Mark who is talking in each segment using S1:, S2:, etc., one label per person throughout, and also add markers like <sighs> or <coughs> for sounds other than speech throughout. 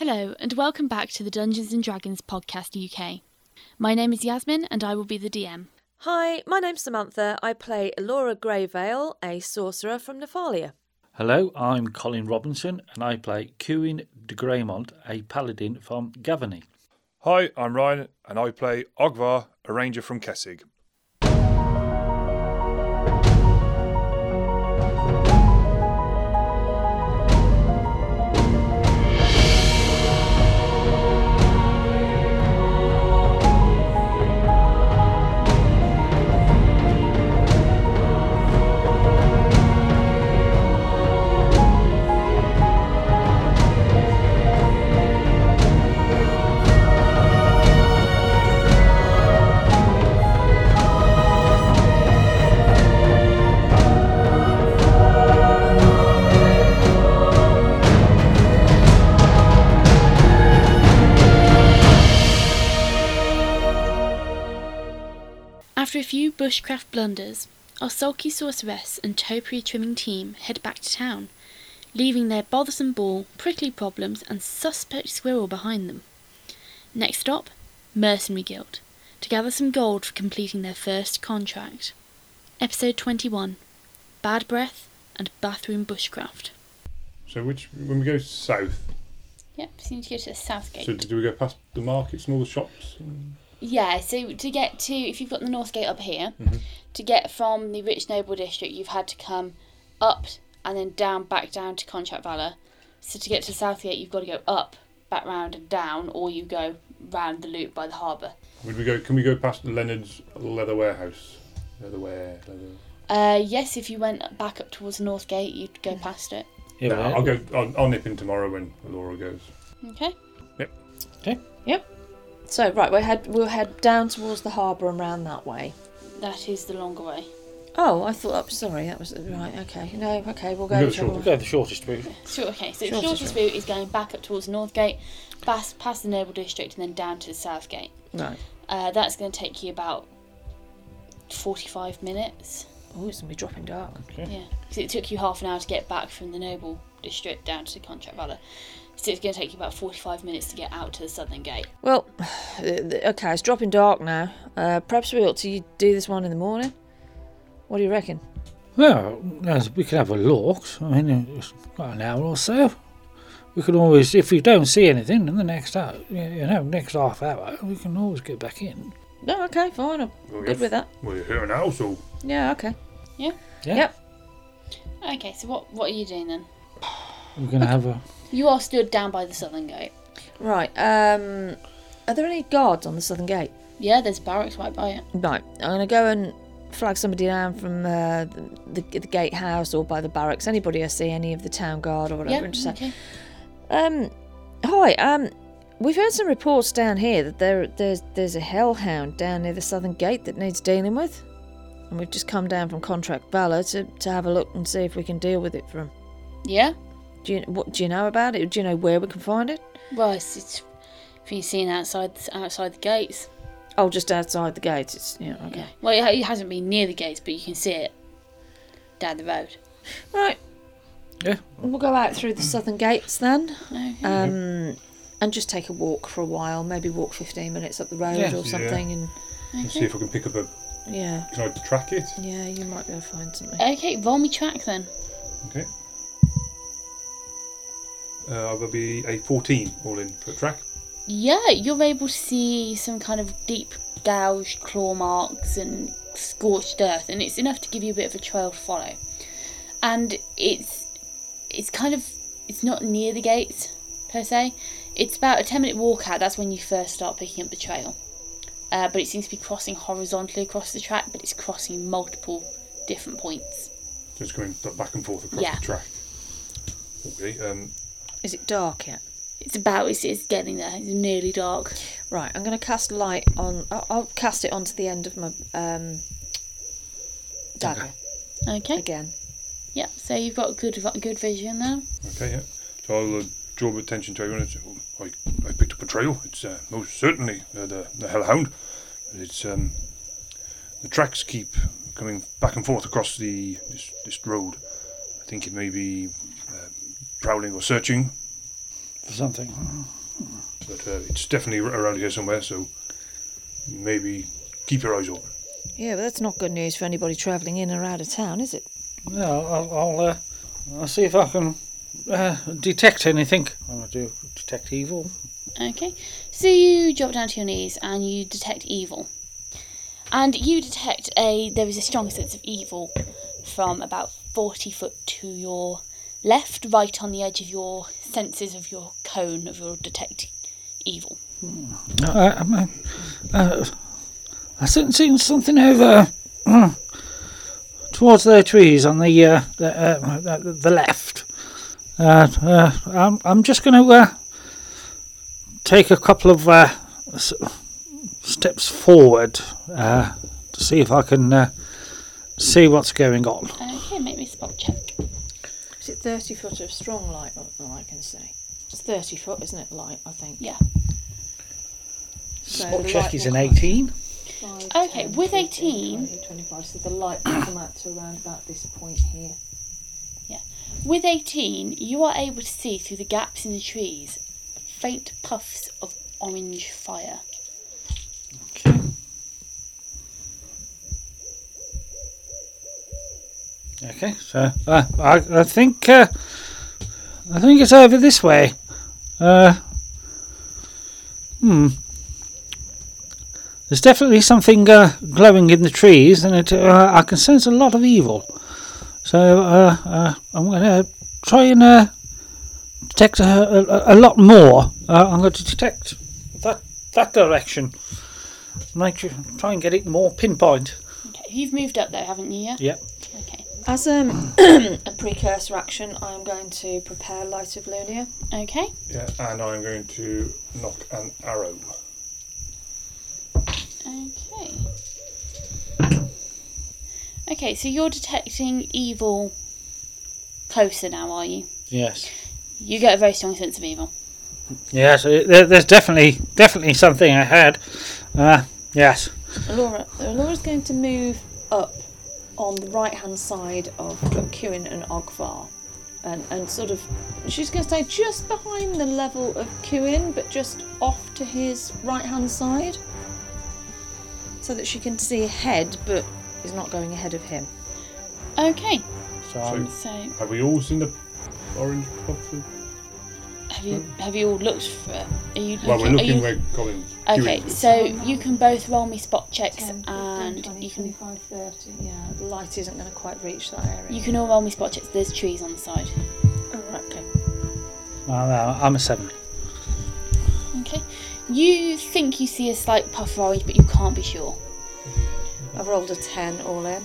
S1: Hello, and welcome back to the Dungeons and Dragons Podcast UK. My name is Yasmin, and I will be the DM.
S2: Hi, my name's Samantha. I play Laura Greyvale, a sorcerer from Nephalia.
S3: Hello, I'm Colin Robinson and I play Cuin de Greymont, a paladin from Gavany.
S4: Hi, I'm Ryan, and I play Ogvar, a ranger from Kessig.
S1: After a few bushcraft blunders, our sulky sorceress and topiary trimming team head back to town, leaving their bothersome ball, prickly problems, and suspect squirrel behind them. Next stop, Mercenary Guild, to gather some gold for completing their first contract. Episode 21 Bad Breath and Bathroom Bushcraft.
S5: So which when we go south,
S1: Yep, seems to go to the south
S5: so do we go past the markets and all the shops?
S1: Yeah, so to get to, if you've got the North Gate up here, to get from the Rich Noble District, you've had to come up and then down, back down to Contract Valor. So to get to Southgate, you've got to go up, back round and down, or you go round the loop by the harbour.
S5: Would we go? Can we go past Leonard's leather warehouse? Leatherware. Leather.
S1: Uh, yes, if you went back up towards the North Gate, you'd go past it.
S3: Here
S5: No,
S3: we are.
S5: I'll go. I'll, I'll nip in tomorrow when Laura goes.
S1: Okay.
S2: So right, we head we'll head down towards the harbour and round that way.
S1: That is the longer way.
S2: Oh, I thought. Oh, sorry, that was right. Okay, no, okay, we'll go.
S5: We'll go
S2: the
S5: short.
S2: trouble.
S3: Go the shortest route.
S1: So, okay, so the
S2: Shortest
S1: shortest route is going back up towards the North Gate, past, past the Noble District, and then down to the South Gate.
S2: Right.
S1: Uh, that's going to take you about 45 minutes.
S2: Oh, it's gonna be dropping dark.
S1: Yeah, because it took you half an hour to get back from the Noble District down to Contract Valor. So it's going to take you about 45 minutes to get out to the Southern Gate.
S2: Well, <sighs> okay, it's dropping dark now. Uh, perhaps we ought to do this one in the morning. What do you reckon?
S3: Well, as we could have a look. I mean, it's got an hour or so. We can always, if we don't see anything in the next hour, you know, next half hour, we can always get back in.
S2: No, okay, fine. I'm
S5: Well,
S2: good
S5: yes.
S2: with that.
S5: We're here now, so
S2: Yeah, okay.
S3: Yeah.
S2: Yep.
S1: Okay, so what, what are you doing then?
S3: We're going to have a.
S1: You are stood down by the Southern Gate.
S2: Right. Um, are there any guards on the southern gate?
S1: Yeah, there's barracks right by it.
S2: Right, I'm going to go and flag somebody down from uh, the, the gatehouse or by the barracks. Anybody I see, any of the town guard or whatever.
S1: Yeah,
S2: and just say,
S1: okay.
S2: um, hi. Um, we've heard some reports down here that there there's there's a hellhound down near the southern gate that needs dealing with, and we've just come down from Contract Valor to, to have a look and see if we can deal with it from.
S1: Yeah?
S2: Do you what do you know about it? Do you know where we can find it?
S1: Well, it's, it's if you've seen outside outside the gates.
S2: Oh, just outside the gates. It's yeah. Okay.
S1: Well, it, ha- it hasn't been near the gates, but you can see it down the road.
S2: Right.
S3: Yeah.
S2: We'll go out through the southern gates then.
S1: Okay.
S2: Um, and just take a walk for a while, maybe walk 15 minutes up the road
S3: Yeah.
S2: or something. And
S5: and see if I can pick up a.
S2: yeah,
S5: Can I track it?
S2: yeah, you might be able to find something.
S1: Okay, roll me track then.
S5: Okay. Uh, I will be a 14 all in for a track.
S1: Yeah, you're able to see some kind of deep gouged claw marks and scorched earth, and it's enough to give you a bit of a trail to follow. And it's it's kind of it's not near the gates per se. It's about a ten minute walk out. That's when you first start picking up the trail. Uh, but it seems to be crossing horizontally across the track, but it's crossing multiple different points.
S5: So it's going back and forth across
S1: Yeah.
S5: the track. Okay. Um,
S2: Is it dark yet?
S1: It's about it's, it's getting there. It's nearly dark.
S2: Right, I'm going to cast light on. I'll, I'll cast it onto the end of my um, dagger
S1: Okay.
S2: again.
S1: Yeah. So you've got good vi- good vision now.
S5: Okay, yeah. So I'll uh, draw attention to everyone. It's, oh, I, I picked up a trail. It's uh, most certainly uh, the, the hellhound. It's um, the tracks keep coming back and forth across the this, this road. I think it may be uh, prowling or searching
S3: for something.
S5: But uh, it's definitely r- around here somewhere, so maybe keep your eyes open.
S2: Yeah, but that's not good news for anybody travelling in or out of town, is it?
S3: Yeah, I'll, I'll, uh, I'll see if I can uh, detect anything. I do detect evil.
S1: Okay. So you drop down to your knees and you detect evil. And you detect a there is a strong sense of evil from about 40 foot to your left, right on the edge of your senses of your cone of your detect evil.
S3: Uh, I, I, uh, I seen, seen something over uh, towards the trees on the uh, the, uh, the, the left. Uh, uh, I'm, I'm just going to uh, take a couple of uh, s- steps forward uh, to see if I can uh, see what's going on.
S1: Okay, make me a spot check.
S2: Is it 30 foot of strong light? Oh, no, I can see. It's 30 foot, isn't it? Light, I think.
S1: Yeah.
S2: So
S3: Spot
S2: the
S3: check
S2: light
S3: is
S2: will
S3: an
S2: come-
S3: 18.
S6: Five,
S1: Okay, with 18.
S6: 20, 25. So the light will come out to around about this point here.
S1: With 18, you are able to see through the gaps in the trees faint puffs of orange fire.
S3: Okay. Okay, so uh, I, I think uh, I think it's over this way. Uh, hmm. There's definitely something uh, glowing in the trees, and it uh, I can sense a lot of evil. So uh, uh, I'm going to try and uh, detect a, a, a lot more. Uh, I'm going to detect that that direction make sure, try and get it more pinpoint.
S1: Okay, you've moved up though, haven't you? Yeah.
S3: Yep.
S1: Okay.
S6: As um, <clears throat> a precursor action, I am going to prepare Light of Lunia.
S1: Okay.
S5: Yeah, and I'm going to knock an arrow.
S1: Okay. Okay, so you're detecting evil closer now, are you?
S3: Yes.
S1: You get a very strong sense of evil.
S3: Yes. uh, There, there's definitely definitely something I had. Uh, yes.
S6: Laura, Laura's going to move up on the right hand side of Kuin and Ogvar. And, and sort of, she's going to stay just behind the level of Kuin, but just off to his right hand side. So that she can see ahead, but is not going ahead of him.
S1: Okay,
S3: So I'm,
S1: so
S5: Have we all seen the orange puff?
S1: have you have you all looked for it? Are you looking?
S5: Well, we're
S1: are you-
S5: looking where Colin's.
S1: okay,
S5: doing.
S1: so you can both roll me spot checks
S6: 10, 15,
S1: and
S6: 20,
S1: you can
S6: 25, 30. Yeah, the light isn't going to quite reach that area.
S1: you can all roll me spot checks. There's trees on the side.
S6: Oh, right, okay.
S3: uh, I'm a seven.
S1: Okay, you think you see a slight puff of orange, but you can't be sure.
S6: I've rolled a 10 all in.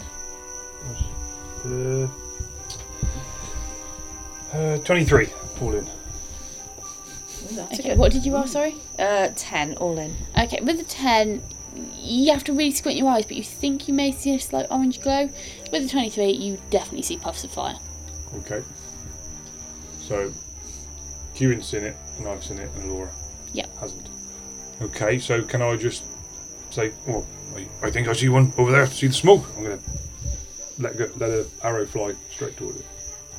S5: Uh, uh, 23, all in.
S6: That's
S1: Okay, what did you roll? Sorry.
S6: Uh, 10 all in.
S1: Okay, with the 10, you have to really squint your eyes, but you think you may see a slight orange glow. With the 23, you definitely see puffs of fire.
S5: Okay. So, Kieran's seen it, and I've seen it, and Laura
S1: Yep.
S5: hasn't. Okay, so can I just say, well, I, I think I see one over there. See the smoke? I'm going to let go, let an arrow fly straight toward it.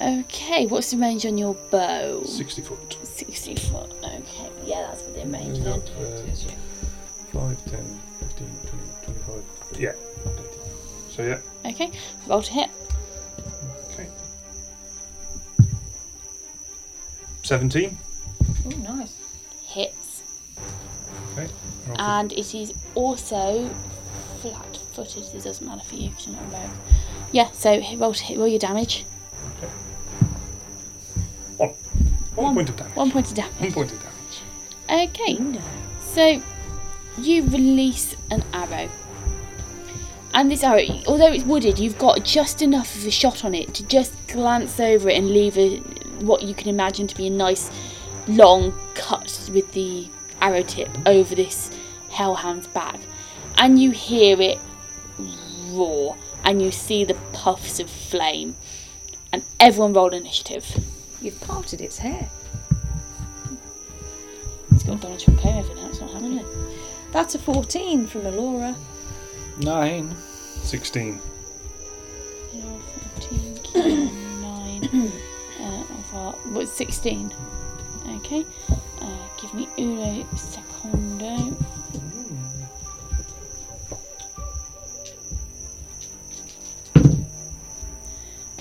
S1: Okay, what's the range on your bow?
S5: 60 foot.
S1: 60 foot. Okay, yeah, that's within range then.
S5: Uh, 5, 10, 15, 20, 25. Yeah. So, yeah.
S1: Okay, roll to hit.
S5: Okay. 17.
S6: Oh, nice.
S1: Hits.
S5: Okay. Roll for-
S1: And it is also flat footed. It doesn't matter for you because you're not a rogue. Yeah, so hit- roll to hit, roll your damage.
S5: One. One point of damage.
S1: One point of damage.
S5: One point of damage.
S1: Okay. So you release an arrow. And this arrow, although it's wooded, you've got just enough of a shot on it to just glance over it and leave a, what you can imagine to be a nice long cut with the arrow tip over this hellhound's back. And you hear it roar and you see the puffs of flame. And everyone roll initiative.
S6: You've parted its hair.
S1: It's got Donald Trump over now, it's not happening.
S6: That's a 14 from Alora.
S3: Nine.
S5: 16.
S1: You're <coughs> 15, Kieran, 9, uh, I've got- what's 16? Okay. Uh, give me uno secondo.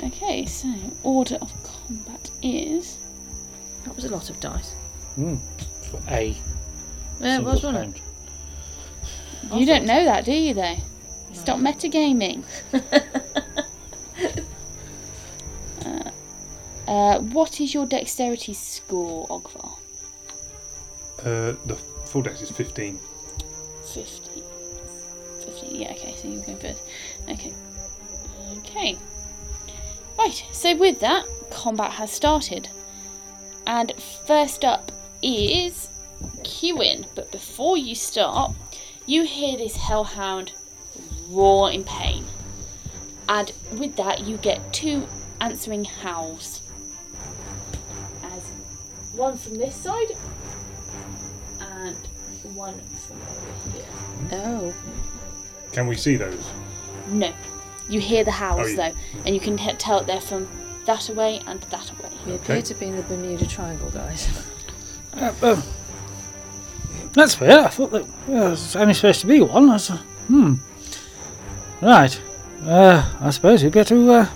S1: Okay, so order of combat is
S2: That was a lot of dice.
S3: for a
S2: Yeah, it
S3: single
S2: was, wasn't
S3: round.
S1: You don't know that, do you, though? Stop metagaming. uh, uh, what is your dexterity score, Ogvar?
S5: Uh, the full dex is 15.
S1: 50. 50, yeah, okay, so you're going first. Okay. Okay. Right, so with that, combat has started. And first up is Qin. But before you start, you hear this hellhound roar in pain. And with that, you get two answering howls. As one from this side and one from over here.
S2: Oh.
S5: Can we see those?
S1: No. You hear the howls
S5: Oh, you-
S1: though, and you can t- tell they're from that away and that away.
S2: We
S5: Okay.
S2: appear to be in the Bermuda Triangle, <laughs> guys.
S3: Uh, um, that's weird. I thought that well, there's only supposed to be one. That's, uh, hmm. Right. Uh, I suppose we better. Uh,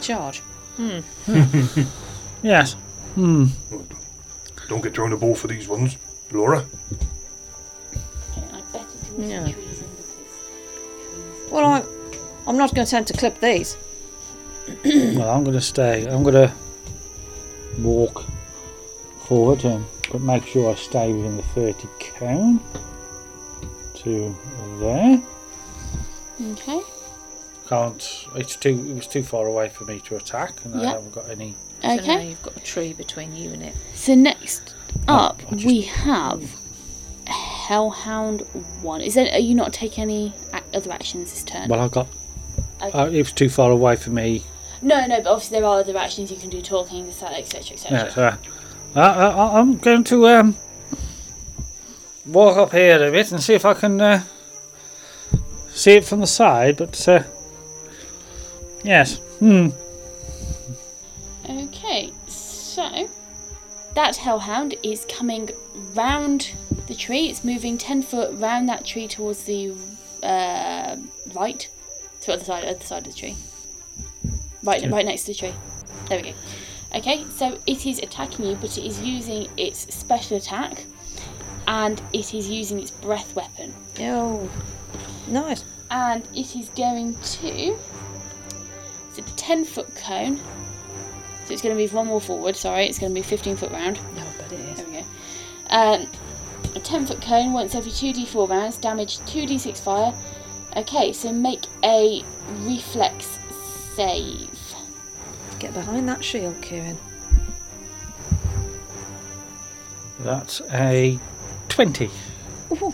S2: Charge.
S3: yes. Hmm.
S5: Don't get thrown a ball for these ones, Laura.
S1: Okay, I bet it was
S2: Yeah.
S1: the trees and because
S2: Well, I'm, I'm not going to attempt to clip these.
S3: Well, I'm going to stay. I'm going to walk forward to him, but make sure I stay within the 30 cone. To there.
S1: Mm, Okay.
S3: Can't. It's too. It was too far away for me to attack, and I
S1: Yeah.
S3: haven't got any.
S2: So now
S1: Okay.
S2: you've got a tree between you and it.
S1: So next up
S3: I Oh, just-
S1: we have Hellhound One. Is there are you not taking any ac- other actions this turn?
S3: Well, I got.
S1: Okay.
S3: Uh, it was too far away for me
S1: no, no, but obviously there are other actions you can do talking, this, that, etc.
S3: Yeah,
S1: etc.
S3: so, uh, I, I, I'm going to um, walk up here a bit and see if I can uh, see it from the side. But uh, yes, hmm.
S1: Okay, so that hellhound is coming round the tree. It's moving 10 foot round that tree towards the uh, right. To other side, other side of the tree. Right, right next to the tree. There we go. Okay, so it is attacking you, but it is using its special attack, and it is using its breath weapon,
S2: Oh. Nice.
S1: and it is going to. It's a 10 foot cone, so it's going to move one more forward. Sorry, it's going to move 15 foot round.
S2: No, but it is.
S1: There we go. Um, a 10 foot cone once every 2d4 rounds, damage 2d6 fire. Okay, so make a reflex save.
S2: Get behind that shield, Kieran.
S3: That's a twenty.
S2: Ooh,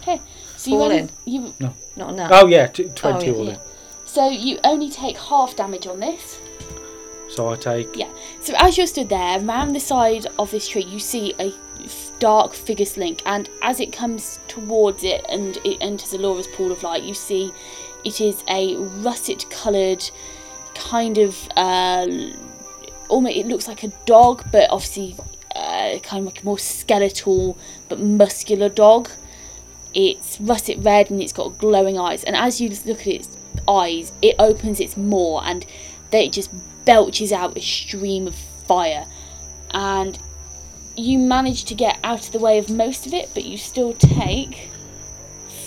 S1: Okay, so
S2: All
S1: you only,
S2: in.
S1: you
S2: not enough.
S3: Oh yeah, t- twenty
S2: yeah,
S3: all
S2: yeah.
S3: in.
S1: so you only take half damage on this.
S3: So I take.
S1: Yeah. So as you're stood there, round the side of this tree, you see a f- dark figure slink, and as it comes towards it and it enters Alora's pool of light, you see it is a russet-coloured kind of. Uh, almost it looks like a dog, but obviously uh, kind of like a more skeletal but muscular dog. It's russet red and it's got glowing eyes. And as you look at its eyes, it opens its maw and then it just belches out a stream of fire. And you manage to get out of the way of most of it, but you still take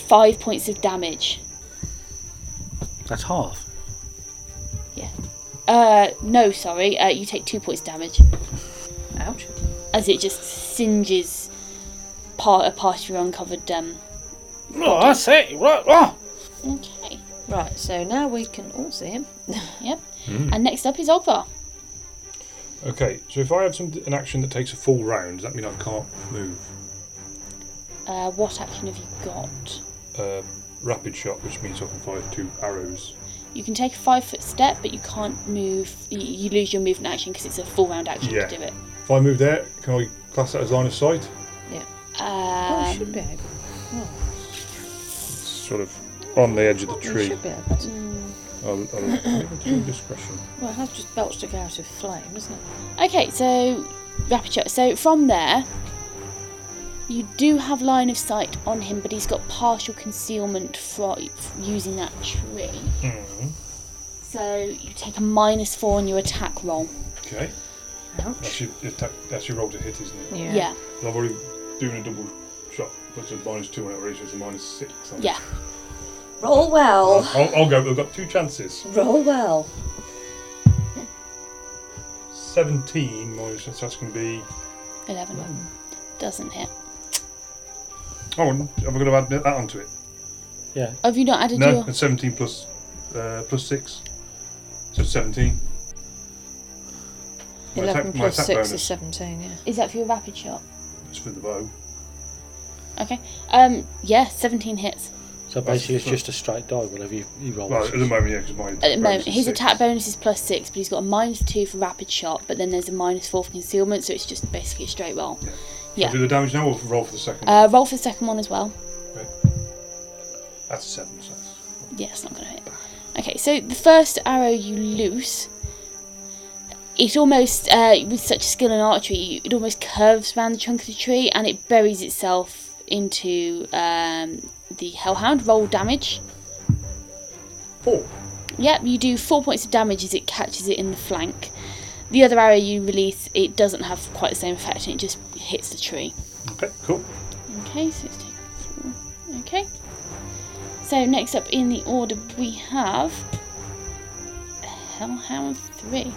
S1: five points of damage.
S3: That's half.
S1: Uh, no, sorry, uh, you take two points damage.
S2: Ouch.
S1: as it just singes part a part of your uncovered um
S3: Oh, I see. Right. Oh.
S1: okay
S2: Right, so now we can all see him.
S1: yep and next up is Ogvar
S5: Okay, so if I have some an action that takes a full round, does that mean I can't move?
S1: uh, what action have you got
S5: Uh, rapid shot, which means I can fire two arrows.
S1: you can take a five foot step but you can't move you, you lose your movement action because it's a full round action
S5: Yeah.
S1: to do it
S5: If I move there, can I class that as line of sight?
S2: oh,
S1: um,
S2: should be able.
S5: It's sort of on the edge of the
S2: We
S5: Um, tree.
S2: should be able to.
S5: I'll, I'll do discretion.
S6: Well, it has just belched a out of flame, isn't it?
S1: Okay, so rapid shot. So from there, you do have line of sight on him, but he's got partial concealment for f- using that tree.
S5: Mm-hmm.
S1: So you take a minus four on your attack roll.
S5: Okay. That's your, attack, that's your roll to hit, isn't it?
S1: Yeah,
S2: Yeah.
S1: yeah.
S5: And I've already doing a double shot, but it's a minus two on it already, so it's a minus six. On it.
S6: Roll well.
S5: I'll, I'll go. We've got two chances.
S6: Roll well.
S5: 17 minus, so that's going to be.
S1: Eleven doesn't hit.
S5: Oh, am I going to add that onto it?
S1: Oh, have you not added
S5: no,
S1: your?
S5: and 17 plus, uh, plus 6. So 17. My attack-
S2: 11
S5: my
S2: plus
S5: attack
S2: 6
S5: bonus
S2: is 17, yeah.
S1: Is that for your rapid shot?
S5: is for the bow.
S1: Okay. Um. Yeah. Seventeen hits.
S3: So basically, it's just a straight die, whatever you, you roll.
S5: Well, at the moment, yeah, because my.
S1: At the moment, his
S5: he's
S1: attack bonus is plus six, but he's got a minus two for rapid shot. But then there's a minus four for concealment, so it's just basically a straight roll. yeah.
S5: Do the damage now or roll for the second?
S1: Uh, roll for the second one as well.
S5: that's 7, so that's.
S1: Yeah, it's not going to hit. Okay, so the first arrow you loose, it almost, uh, with such skill in archery, it almost curves around the trunk of the tree and it buries itself into um, the hellhound. Roll damage.
S5: 4.
S1: Yep, you do four points of damage as it catches it in the flank. The other arrow you release, it doesn't have quite the same effect and it just hits the tree.
S5: Okay, cool.
S1: Okay, so it's taken four. Okay. So next up in the order we have Hellhound 3.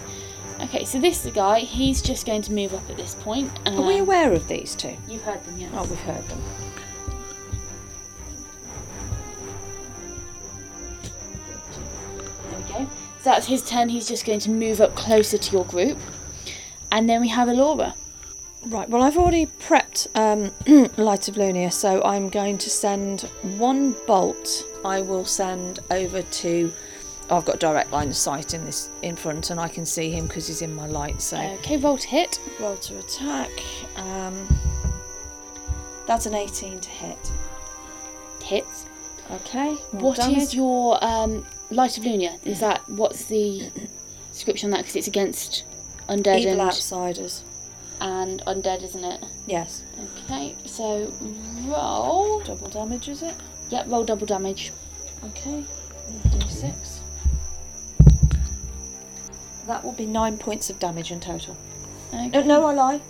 S1: Okay, so this guy, he's just going to move up at this point.
S2: Are we
S1: um,
S2: aware of these two?
S1: You've heard them, yes.
S2: Oh, we've heard them.
S1: There we go. So that's his turn. He's just going to move up closer to your group. And then we have Alora.
S2: Right, well, I've already prepped um, <clears throat> Light of Lunia, so I'm going to send one bolt. I will send over to. I've got direct line of sight in this in front, and I can see him because he's in my light. So
S1: Okay, roll to hit.
S2: roll to attack. Um, that's an 18 to hit.
S1: Hits.
S2: Okay. more
S1: What is
S2: damage.
S1: your um, Light of Lunia? Is that what's the description on that? Because it's against undead
S2: evil
S1: and,
S2: outsiders?
S1: and undead, isn't it?
S2: Yes.
S1: Okay, so roll.
S6: Double damage, is it?
S1: Yep, roll double damage.
S6: Okay. D6.
S2: That will be nine points of damage in total.
S1: Okay.
S2: No, no, I lie.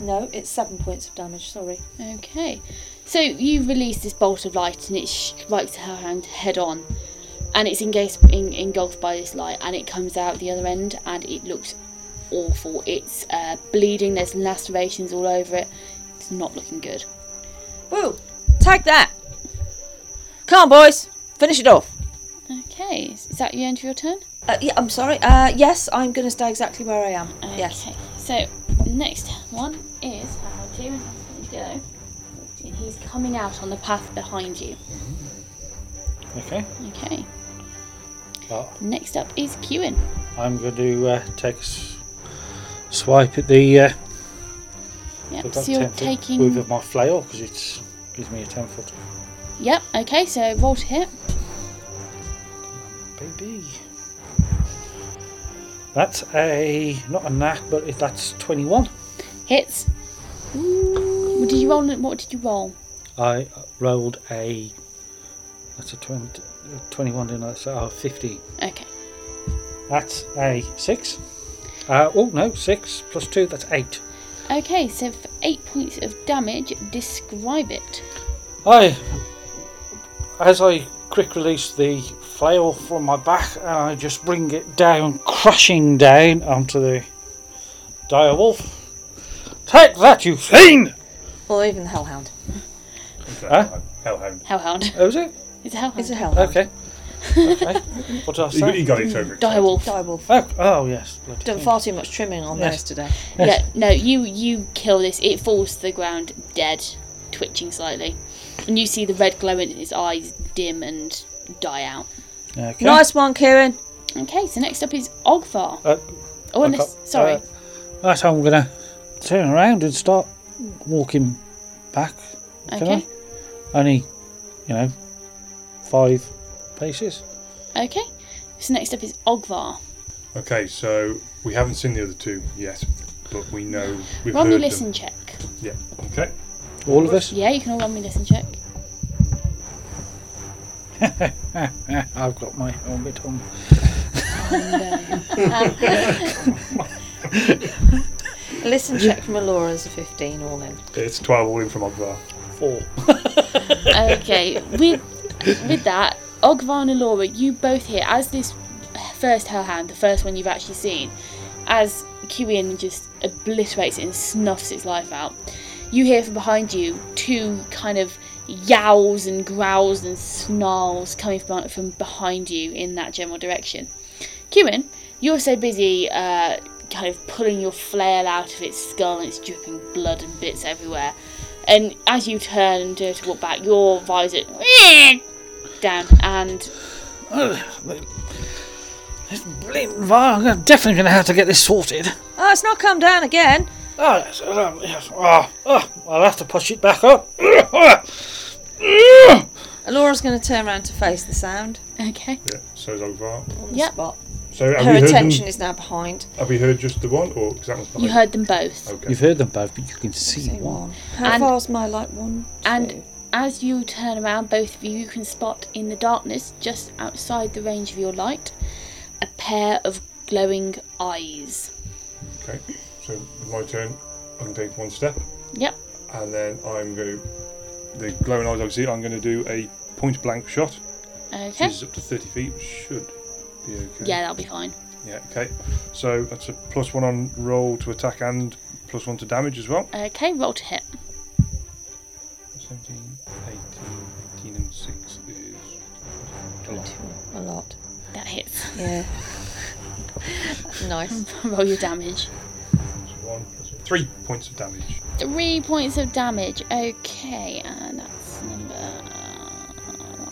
S2: No, it's seven points of damage. Sorry.
S1: okay. So you release this bolt of light and it strikes her hand head on. And it's engaged, en- engulfed by this light and it comes out the other end and it looks awful. It's uh, bleeding, there's lacerations all over it. It's not looking good.
S2: Woo! Take that! Come on, boys. Finish it off.
S1: Okay, is that the end of your turn?
S2: Uh, yeah, I'm sorry. Uh, yes, I'm going to stay exactly where I am.
S1: Okay.
S2: Yes.
S1: So next one is how do you have to go? And he's coming out on the path behind you.
S3: Okay.
S1: Okay.
S3: Well,
S1: Next up is Qin.
S3: I'm going to uh, take a s- swipe at the. Uh,
S1: Yep.
S3: about
S1: So you're
S3: 10 foot move
S1: taking.
S3: of my flail because it gives me a 10 foot.
S1: Yep. Okay. So roll to hit.
S3: Baby. That's a. Not a knack, but if that's 21.
S1: Hits. Well, Did you roll? What did you roll?
S3: I rolled a. That's a 20, 21, didn't I? So, oh, 50.
S1: Okay.
S3: That's a 6. Uh, oh, no, 6 plus 2, that's 8.
S1: Okay. So for eight points of damage, describe it.
S3: I, as I quick release the flail from my back, and I just bring it down, crashing down onto the dire wolf. Take that, you fiend!
S2: Or even the Hellhound.
S3: Huh?
S5: Hellhound.
S1: <laughs> Hellhound.
S3: Oh, is it?
S1: It's a hellhound.
S2: It's a Hellhound.
S3: Okay. <laughs> Okay. what did I
S5: He, he
S3: say?
S5: got it
S1: mm,
S5: over.
S1: direwolf.
S2: Direwolf.
S3: Oh, oh yes. bloody
S2: Done
S3: thing.
S2: far too much trimming on
S3: Yes.
S2: those today.
S1: Yeah. No. You you kill this. It falls to the ground dead, twitching slightly, and you see the red glow in its eyes dim and die out.
S3: Okay.
S2: Nice one, Kieran.
S1: Okay. So next up is Ogvar.
S3: Uh,
S1: Oh,
S3: I've
S1: unless,
S3: got-
S1: sorry.
S3: uh, right, I'm gonna turn around and start walking back. Can
S1: okay.
S3: I? Only, you know, five paces.
S1: Okay. So next up is Ogvar.
S5: Okay, so we haven't seen the other two yet, but we know we've
S1: Roll me
S5: heard
S1: listen check.
S5: them. Yeah. Okay.
S3: All of us?
S1: Yeah, you can all roll me listen check.
S3: I've got my helmet on.
S2: Listen check from Alora's a 15 all in.
S5: It's twelve all in from Ogvar.
S3: Four.
S1: okay, with with that, Ogvar and Laura, you both here as this first Hellhound, the first one you've actually seen, as Kiwian just obliterates it and snuffs its life out. You hear from behind you two kind of yowls and growls and snarls coming from, from behind you in that general direction. Kiwin, you're so busy uh, kind of pulling your flail out of its skull and it's dripping blood and bits everywhere. And as you turn and do to walk back, your visor down and
S3: This blatant vial. I'm definitely going to have to get this sorted.
S2: Oh, it's not come down again.
S3: Oh, yes, um, yes. Oh, oh, I'll have to push it back up.
S2: Alora's going to turn around to face the sound.
S1: okay.
S5: Yeah. So is Ogvar.
S6: on the
S1: Yep.
S6: spot.
S5: So have
S2: Her
S5: we heard
S2: attention
S5: them,
S2: is now behind.
S5: Have we heard just the one, or because that one's behind?
S1: You heard them both.
S5: Okay.
S3: You've heard them both, but you can see
S6: Same
S3: one.
S6: one. How
S1: And-
S6: far's my light one?
S1: And
S6: Two.
S1: as you turn around, both of you, you can spot in the darkness, just outside the range of your light, a pair of glowing eyes.
S5: Okay. So with my turn. I can take one step,
S1: Yep.
S5: and then I'm going to the glowing eyes. I can see. I'm going to do a point blank shot.
S1: Okay.
S5: This is up to thirty feet. Which should be okay.
S1: Yeah, that'll be fine.
S5: Yeah, okay. So that's a plus one on roll to attack and plus one to damage as well.
S1: Okay, roll to hit.
S5: 17, 18, 18 and 6 is. a lot.
S2: A lot.
S1: That hits. <laughs>
S2: Yeah. nice.
S1: roll your damage.
S5: Plus one, plus one. Three points of damage.
S1: Three points of damage. Okay, and that's number. uh,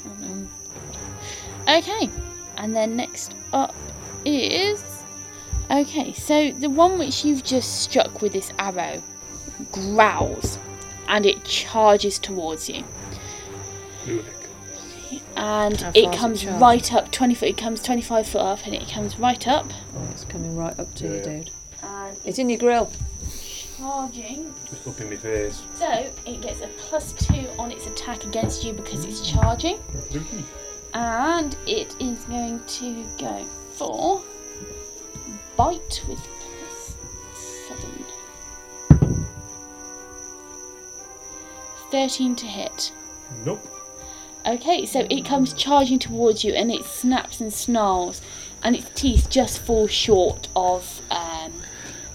S1: Okay, and then next up is. Okay, so the one which you've just struck with this arrow growls and it charges towards you.
S5: Ludic.
S1: And
S2: How far
S1: it
S2: does it
S1: comes
S2: charge?
S1: right up 20 foot, it comes 25 foot up and it comes right up.
S6: Oh, it's coming right up to you,
S5: Yeah.
S6: dude.
S1: And
S6: It's in your grill.
S1: charging
S5: It's up in my face.
S1: So it gets a plus two on its attack against you because it's charging, and it is going to go for bite with plus seven. Thirteen to hit.
S5: Nope.
S1: Okay, so it comes charging towards you, and it snaps and snarls, and its teeth just fall short of um,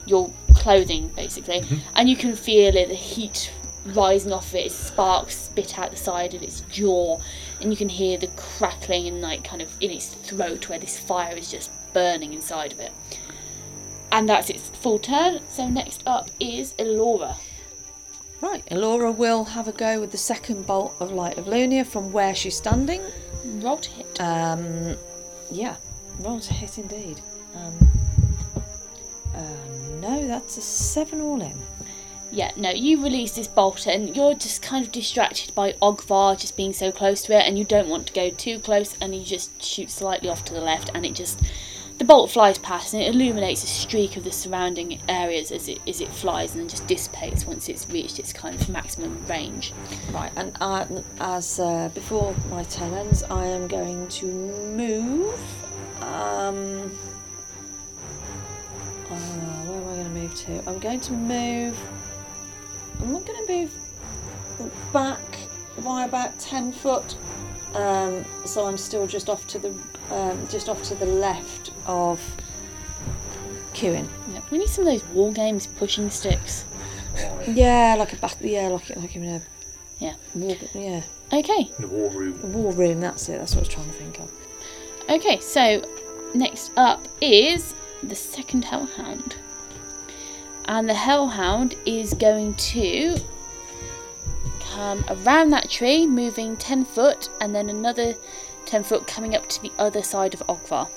S1: your clothing, basically. And you can feel it, the heat rising off of it, sparks spit out the side of its jaw, and you can hear the crackling and like kind of in its throat where this fire is just burning inside of it. And that's its full turn. So next up is Elora.
S6: Right, Elora will have a go with the second bolt of light of Lunia from where she's standing.
S1: Roll to hit.
S6: Um, yeah, roll to hit indeed. Um, uh, no, that's a seven all in.
S1: Yeah, no, you release this bolt and you're just kind of distracted by Ogvar just being so close to it and you don't want to go too close and you just shoot slightly off to the left and it just the bolt flies past and it illuminates a streak of the surrounding areas as it as it flies and then just dissipates once it's reached its kind of maximum range.
S6: Right, and I, as uh, before my turn ends, I am going to move. Um, uh, where am I going to move to? I'm going to move. I'm not going to move back by about ten foot. Um, so I'm still just off to the um, just off to the left of Kewin.
S1: Yeah, we need some of those war games pushing sticks.
S6: Yeah, like a back. Yeah, like like in a
S1: Yeah.
S6: war, yeah
S1: Okay.
S5: In the war room.
S6: war room. That's it. That's what I was trying to think of.
S1: Okay, so next up is the second Hellhound. And the Hellhound is going to come around that tree, moving 10 foot, and then another 10 foot coming up to the other side of Ogvar.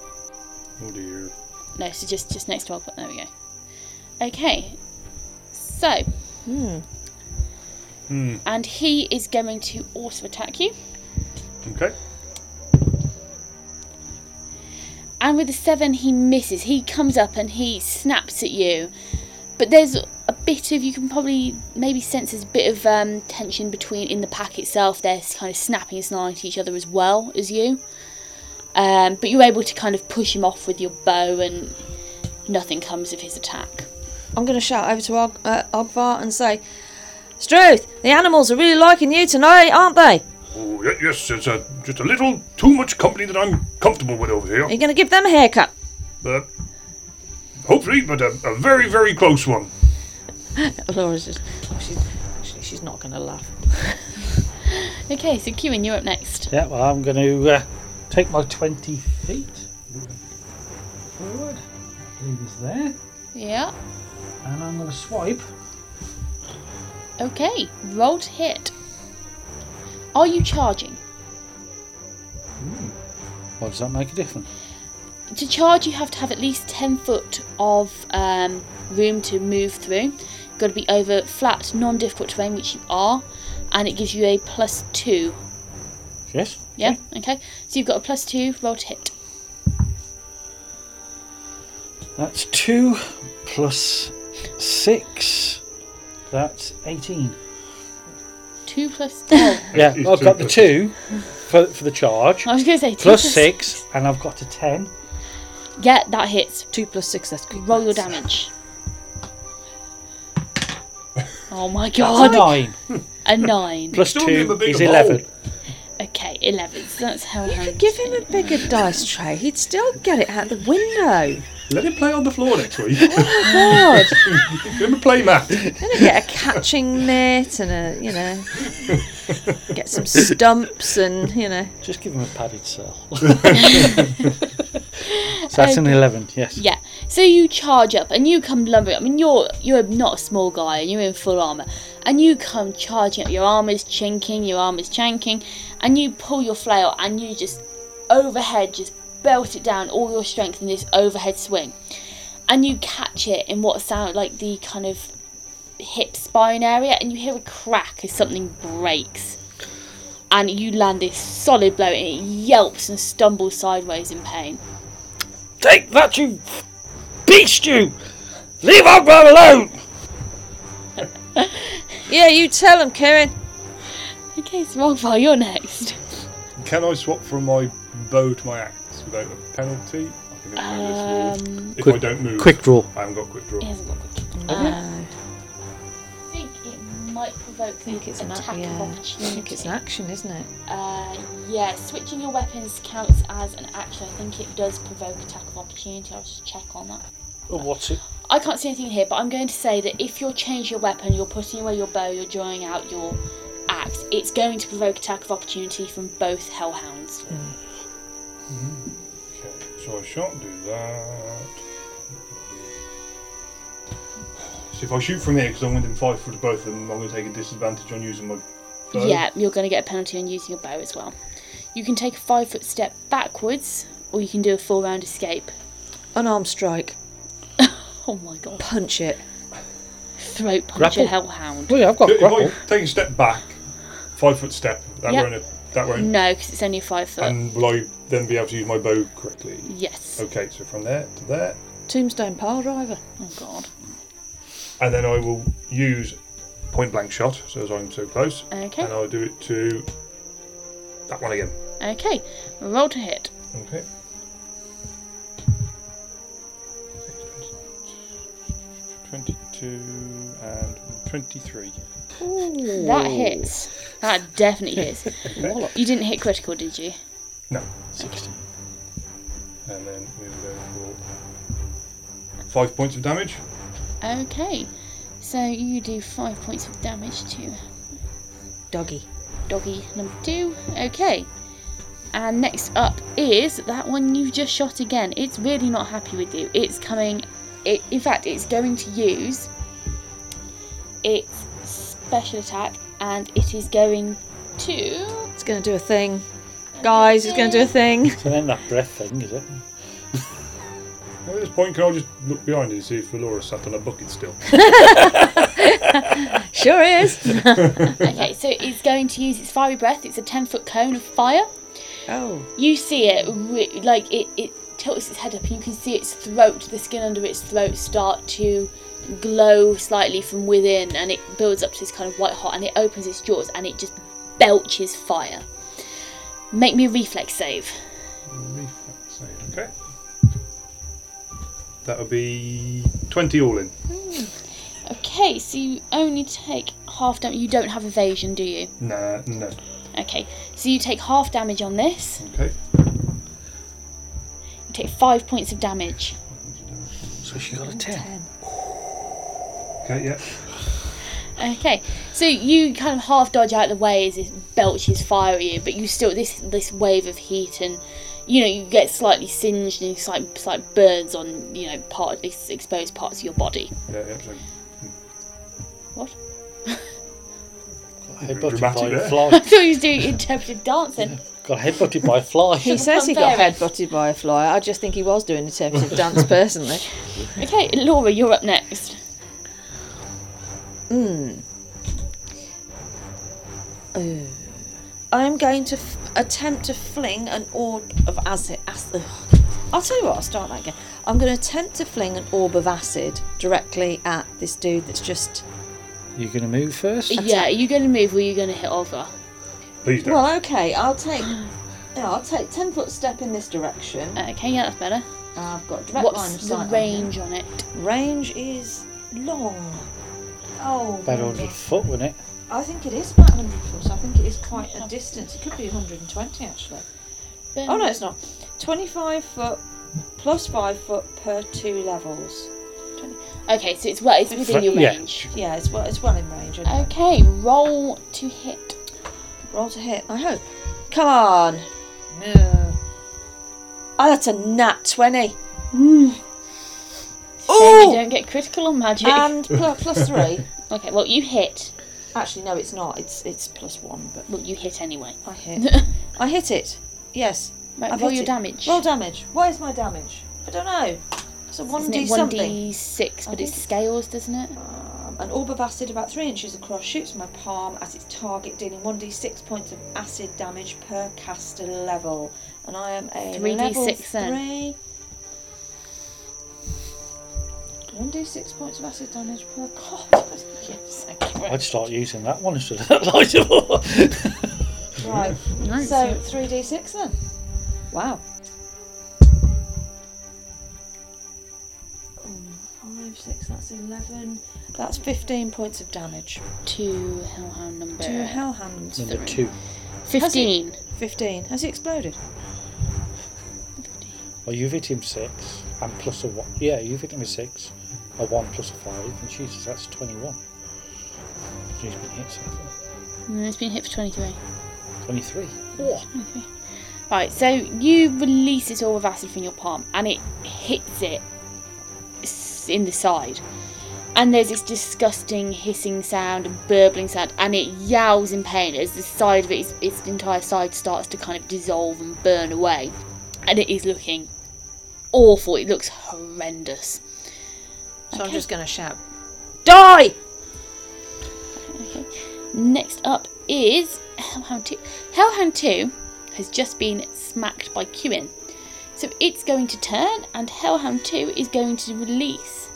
S5: Oh dear.
S1: No, so just, just next to Ogvar. There we go. Okay, so. And he is going to also attack you.
S5: Okay.
S1: And with a seven, he misses. He comes up and he snaps at you. But there's a bit of, you can probably maybe sense there's a bit of um, tension between in the pack itself. They're kind of snapping and snarling at each other as well as you. Um, but you're able to kind of push him off with your bow and nothing comes of his attack.
S2: I'm going to shout over to Og- uh, Ogvar and say, Struth, the animals are really liking you tonight, aren't they?
S5: Oh, ye- yes, it's uh, just a little too much company that I'm comfortable with over
S2: Are
S5: here.
S2: you going to give them a haircut? <laughs>
S5: Uh, hopefully, but a, a very, very close one.
S2: Laura's just, oh, she's, she, she's not going to laugh.
S1: Okay, so Kieran, you're up next.
S3: Yeah, well, I'm going to uh, take my 20 feet forward. Leave us there.
S1: Yeah.
S3: And I'm going to swipe.
S1: Okay, roll to hit. Are you charging?
S3: What does that make a difference?
S1: To charge, you have to have at least 10 foot of um, room to move through. You've got to be over flat, non difficult terrain, which you are, and it gives you a plus two.
S3: Yes.
S1: Yeah, okay. So you've got a plus two, roll to hit.
S3: That's 2 plus 6. That's 18.
S1: Two plus. <laughs> Oh,
S3: Yeah,
S5: It's
S3: I've
S5: two
S3: got the
S5: plus
S3: 2 for, for the charge.
S1: I was going to say two
S3: Plus six, and I've got a ten.
S1: Yeah, that hits.
S2: Two plus six, that's good.
S1: Roll your
S2: maths.
S1: damage. Oh my
S3: That's a
S1: god,
S3: nine.
S1: a nine.
S3: Plus
S5: Still give
S3: two
S5: a bigger
S3: is
S5: bowl.
S3: eleven.
S1: Okay, 11. So that's how
S2: You could
S1: hand-
S2: give him a bigger dice tray, he'd still get it out the window.
S5: Let him play on the floor next week.
S2: God,
S7: <laughs>
S5: Let him play Matt.
S2: gonna get a catching mitt and a, you know, get some stumps and, you know.
S3: Just give him a padded
S5: <laughs>
S3: cell. so that's an eleven. Yes.
S1: Yeah. So you charge up and you come lumbering. I mean, you're you're not a small guy and you're in full armor, and you come charging up. Your armor's chinking, your armor's chanking, and you pull your flail and you just overhead, just belt it down all your strength in this overhead swing, and you catch it in what sound like the kind of hip spine area, and you hear a crack as something breaks. And you land this solid blow, and it yelps and stumbles sideways in pain.
S3: Take that, you beast! You leave Ogbar alone.
S2: Yeah, you tell him, Kieran.
S1: Okay, so Mogfar, you're next.
S7: Can I swap from my bow to my axe without a penalty? I think I know this rule.
S1: Um,
S7: If
S3: Quick-
S7: I don't move,
S3: Quick draw.
S7: I haven't got quick draw.
S1: he hasn't got quick draw. Uh, I think it might provoke the
S2: think it's an
S1: attack
S2: action.
S1: of
S2: Yeah.
S1: opportunity.
S2: I think it's an action, isn't it?
S1: Uh, yeah, switching your weapons counts as an action. I think it does provoke attack of opportunity. I'll just check on that.
S3: Oh, What's it?
S1: I can't see anything here, but I'm going to say that if you're changing your weapon, you're putting away your bow, you're drawing out your axe, it's going to provoke attack of opportunity from both hellhounds.
S5: Okay, so I shan't do that.
S7: So if I shoot from here, because I'm within five foot of both of them, I'm going to take a disadvantage on using my bow.
S1: Yeah, you're going to get a penalty on using your bow as well. You can take a five foot step backwards, or you can do a four round escape.
S2: Unarmed strike.
S1: Oh my god.
S2: Punch it.
S1: Throat puncher
S3: Grapple.
S1: hellhound.
S3: Well, yeah, I've got
S7: If
S3: grapple.
S7: I take a step back, five foot step, that
S1: Yeah.
S7: won't. That won't.
S1: No, because it's only a five foot.
S7: And will I then be able to use my bow correctly?
S1: yes.
S7: Okay, so from there to there,
S2: Tombstone pile driver.
S1: Oh god.
S7: and then I will use point blank shot, so as I'm so close, and
S1: Okay.
S7: I'll do it to that one again.
S1: Okay. Roll to hit.
S7: Okay.
S5: Twenty-two and twenty-three.
S1: That hits. That definitely hits. you didn't hit critical, did you?
S7: No, 16. And then we will go for five points of damage.
S1: Okay. So you do five points of damage to
S2: Doggy.
S1: doggy number two. Okay. And next up is that one you've just shot again. It's really not happy with you. It's coming. It, in fact, it's going to use its special attack, and it is going to.
S2: It's going to do a thing. Guys, it's going to do a thing.
S3: So then that breath thing, is it?
S7: At this point, can I just look behind and see if Laura sat on a bucket
S5: <laughs>
S7: still?
S2: Sure is.
S1: Okay, so it's going to use its fiery breath. It's a ten foot cone of fire.
S2: Oh.
S1: You see it, re- like it, it tilts its head up, and you can see its throat, the skin under its throat, start to glow slightly from within, and it builds up to this kind of white hot, and it opens its jaws, and it just belches fire. Make me a reflex save.
S5: Reflex save, okay. That would be 20 all in.
S1: Okay, so you only take half damage. You don't have evasion, do you?
S5: Nah, no.
S1: Okay, so you take half damage on this.
S5: Okay.
S1: You take five points of damage.
S3: So she got a 10.
S5: Okay, yeah.
S1: Okay, so you kind of half dodge out of the way as it belches fire at you, but you still this this wave of heat and you know you get slightly singed and it's like it's like burns on you know part these exposed parts of your body. <laughs>
S5: Yeah, yeah. So
S1: What?
S3: Got headbutted
S5: Dramatic
S3: by a
S5: <laughs> there.
S1: I
S3: fly.
S1: thought he was doing interpretive dancing.
S3: Got headbutted by a fly.
S8: He says he got
S1: Very.
S8: headbutted by a fly. I just think he was doing a temperative dance personally.
S1: Okay, Laura, you're up next.
S2: Oh. I'm going to f- attempt to fling an orb of acid. acid ugh. I'll tell you what, I'll start that again. I'm going to attempt to fling an orb of acid directly at this dude that's just.
S3: You gonna move first?
S1: <laughs> Yeah, are you going to move or are you going to hit over?
S5: please don't.
S2: Well, okay, I'll take. Yeah, I'll take 10 foot step in this direction.
S1: Okay, yeah, that's better.
S2: I've got direct line of
S1: What's
S2: sight.
S1: the
S2: on him.
S1: range on it?
S2: Range is long. Oh.
S3: About 100 foot, wouldn't it?
S2: I think it is about 100 foot. I think it is quite a distance. It could be 120 actually. Oh no, it's not. 25 foot plus 5 foot per two levels.
S1: Okay, so it's well, it's within your
S3: yeah.
S1: range.
S2: Yeah, it's well, it's well in range. Anyway.
S1: Okay, roll to hit.
S2: Roll to hit, I hope. Come on.
S8: No.
S2: Oh, that's a nat 20.
S1: Shame you
S2: Ooh! Um,
S1: don't get critical on magic.
S2: And plus, plus 3.
S1: okay, well you hit.
S2: Actually, no, it's not. It's it's plus 1, but
S1: Well, you hit <laughs> anyway.
S2: I hit. I hit it. Yes.
S1: Right,
S2: I've
S1: roll
S2: hit
S1: your
S2: it.
S1: damage.
S2: Roll damage. What is my damage? I don't know. It's a 1d
S1: One
S2: something.
S1: d six, but
S2: I
S1: it's
S2: think-
S1: scales, doesn't it?
S2: Um, an orb of acid about three inches across shoots my palm at its target, dealing 1d6 points of acid damage per caster level. And I am a
S1: 3d6
S2: level
S1: then.
S2: three. 1d6 points of acid damage per caster. <laughs>
S1: <laughs>
S2: yes, thank you very
S3: I'd start using that one instead of that light <laughs> of
S2: much. Right,
S1: Nice.
S2: so 3d6 then. Wow.
S8: Oh,
S2: Five, six, that's 11. That's 15 points of damage.
S1: two hellhound number.
S2: Two hellhounds.
S3: Number two.
S1: Fifteen.
S2: 15. Has he exploded?
S3: Well, you've hit him six, and plus a one. Yeah, you've hit him a six, a one plus a five, and Jesus, that's 21. He's been hit so far.
S1: No, it's been hit for twenty-three.
S3: 23.
S1: Right, so you release this orb of acid from your palm and it hits it s- in the side. And there's this disgusting hissing sound and burbling sound, and it yowls in pain as the side of it, its, its entire side starts to kind of dissolve and burn away. And it is looking awful, it looks horrendous.
S8: So I'm just going to shout.
S2: Die!
S1: Next up is Hellhound 2. Hellhound 2 has just been smacked by Qin. So it's going to turn, and Hellhound 2 is going to release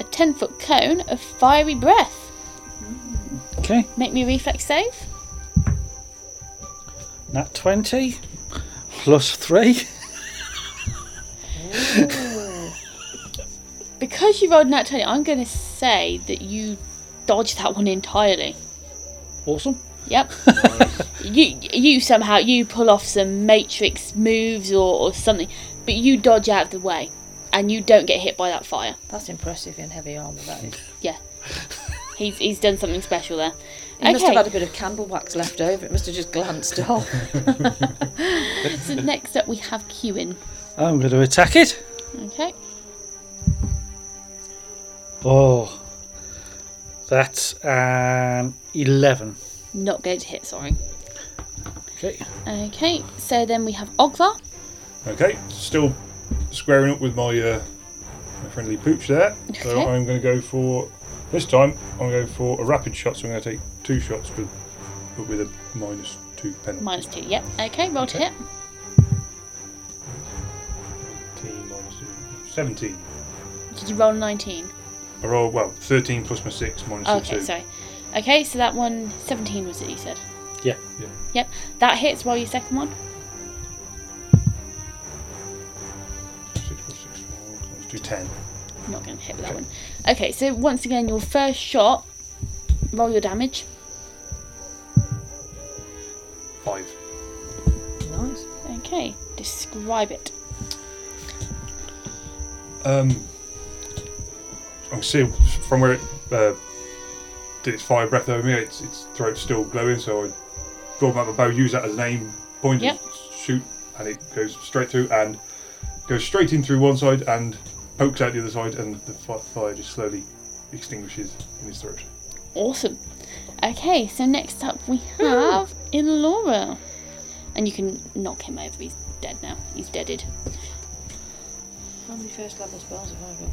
S1: a 10 foot cone of fiery breath.
S3: Okay,
S1: Make me a reflex save.
S3: nat 20, plus three.
S1: Because you rolled nat 20, I'm going to say that you dodged that one entirely.
S3: Awesome.
S1: Yep. you you somehow you pull off some matrix moves or, or something, but you dodge out of the way, and you don't get hit by that fire.
S8: That's impressive in heavy armour, that is.
S1: Yeah. he's he's done something special there.
S8: He must have
S1: Okay.
S8: had a bit of candle wax left over. It must have just glanced off.
S1: So next up we have Qin.
S3: I'm going to attack it.
S1: Okay.
S3: Oh, that's an 11.
S1: Not going to hit, sorry.
S3: Okay,
S1: Okay, so then we have Ogvar.
S5: Okay, still squaring up with my, uh, my friendly pooch there. So
S1: Okay.
S5: I'm going to go for this time. I'm going to go for a rapid shot. So I'm going to take two shots, but, but with a minus two penalty.
S1: Minus two, yep. Okay, roll to hit.
S5: 17.
S1: Did you roll a 19?
S5: I rolled, well, 13 plus my 6 minus the
S1: okay,
S5: 2.
S1: sorry. Okay, so that one, 17 was it, you said?
S3: Yeah.
S5: Yeah.
S1: Yep, that hits while your second one.
S5: 6 plus 6. four, Let's do 10.
S1: I'm not going to hit with that one. Okay, so once again, your first shot, roll your damage.
S5: 5.
S2: Nice.
S1: Okay, describe it.
S5: Um, I can see from where it uh, did its fire breath over me, its, its throat's still glowing, so I draw out my bow, use that as an aim point, and
S1: Yep.
S5: shoot, and it goes straight through and goes straight in through one side and pokes out the other side, and the fi- fire just slowly extinguishes in its throat.
S1: Awesome. Okay, so next up we have in Laura. And you can knock him over, he's dead now. He's deaded.
S6: How many first level spells have I got?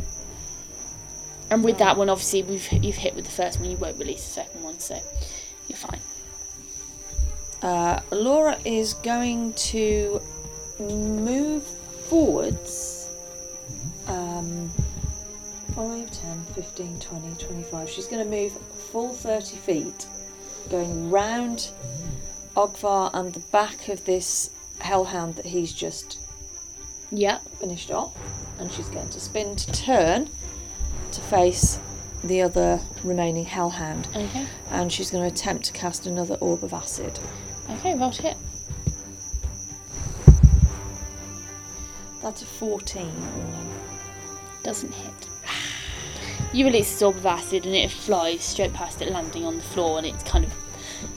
S1: And with that one, obviously, we've you've hit with the first one, you won't release the second one, so you're fine.
S6: Uh, Laura is going to move forwards. Um, 5, 10, 15, 20, 25. She's going to move full 30 feet, going round Ogvar and the back of this hellhound that he's just
S1: Yeah.
S6: finished off. And she's going to spin to turn to face the other remaining hellhound.
S1: Okay.
S6: And she's going to attempt to cast another orb of acid.
S1: Okay, roll to hit.
S6: That's a 14 all in.
S1: Doesn't hit. You release this orb of acid and it flies straight past it, landing on the floor, and it kind of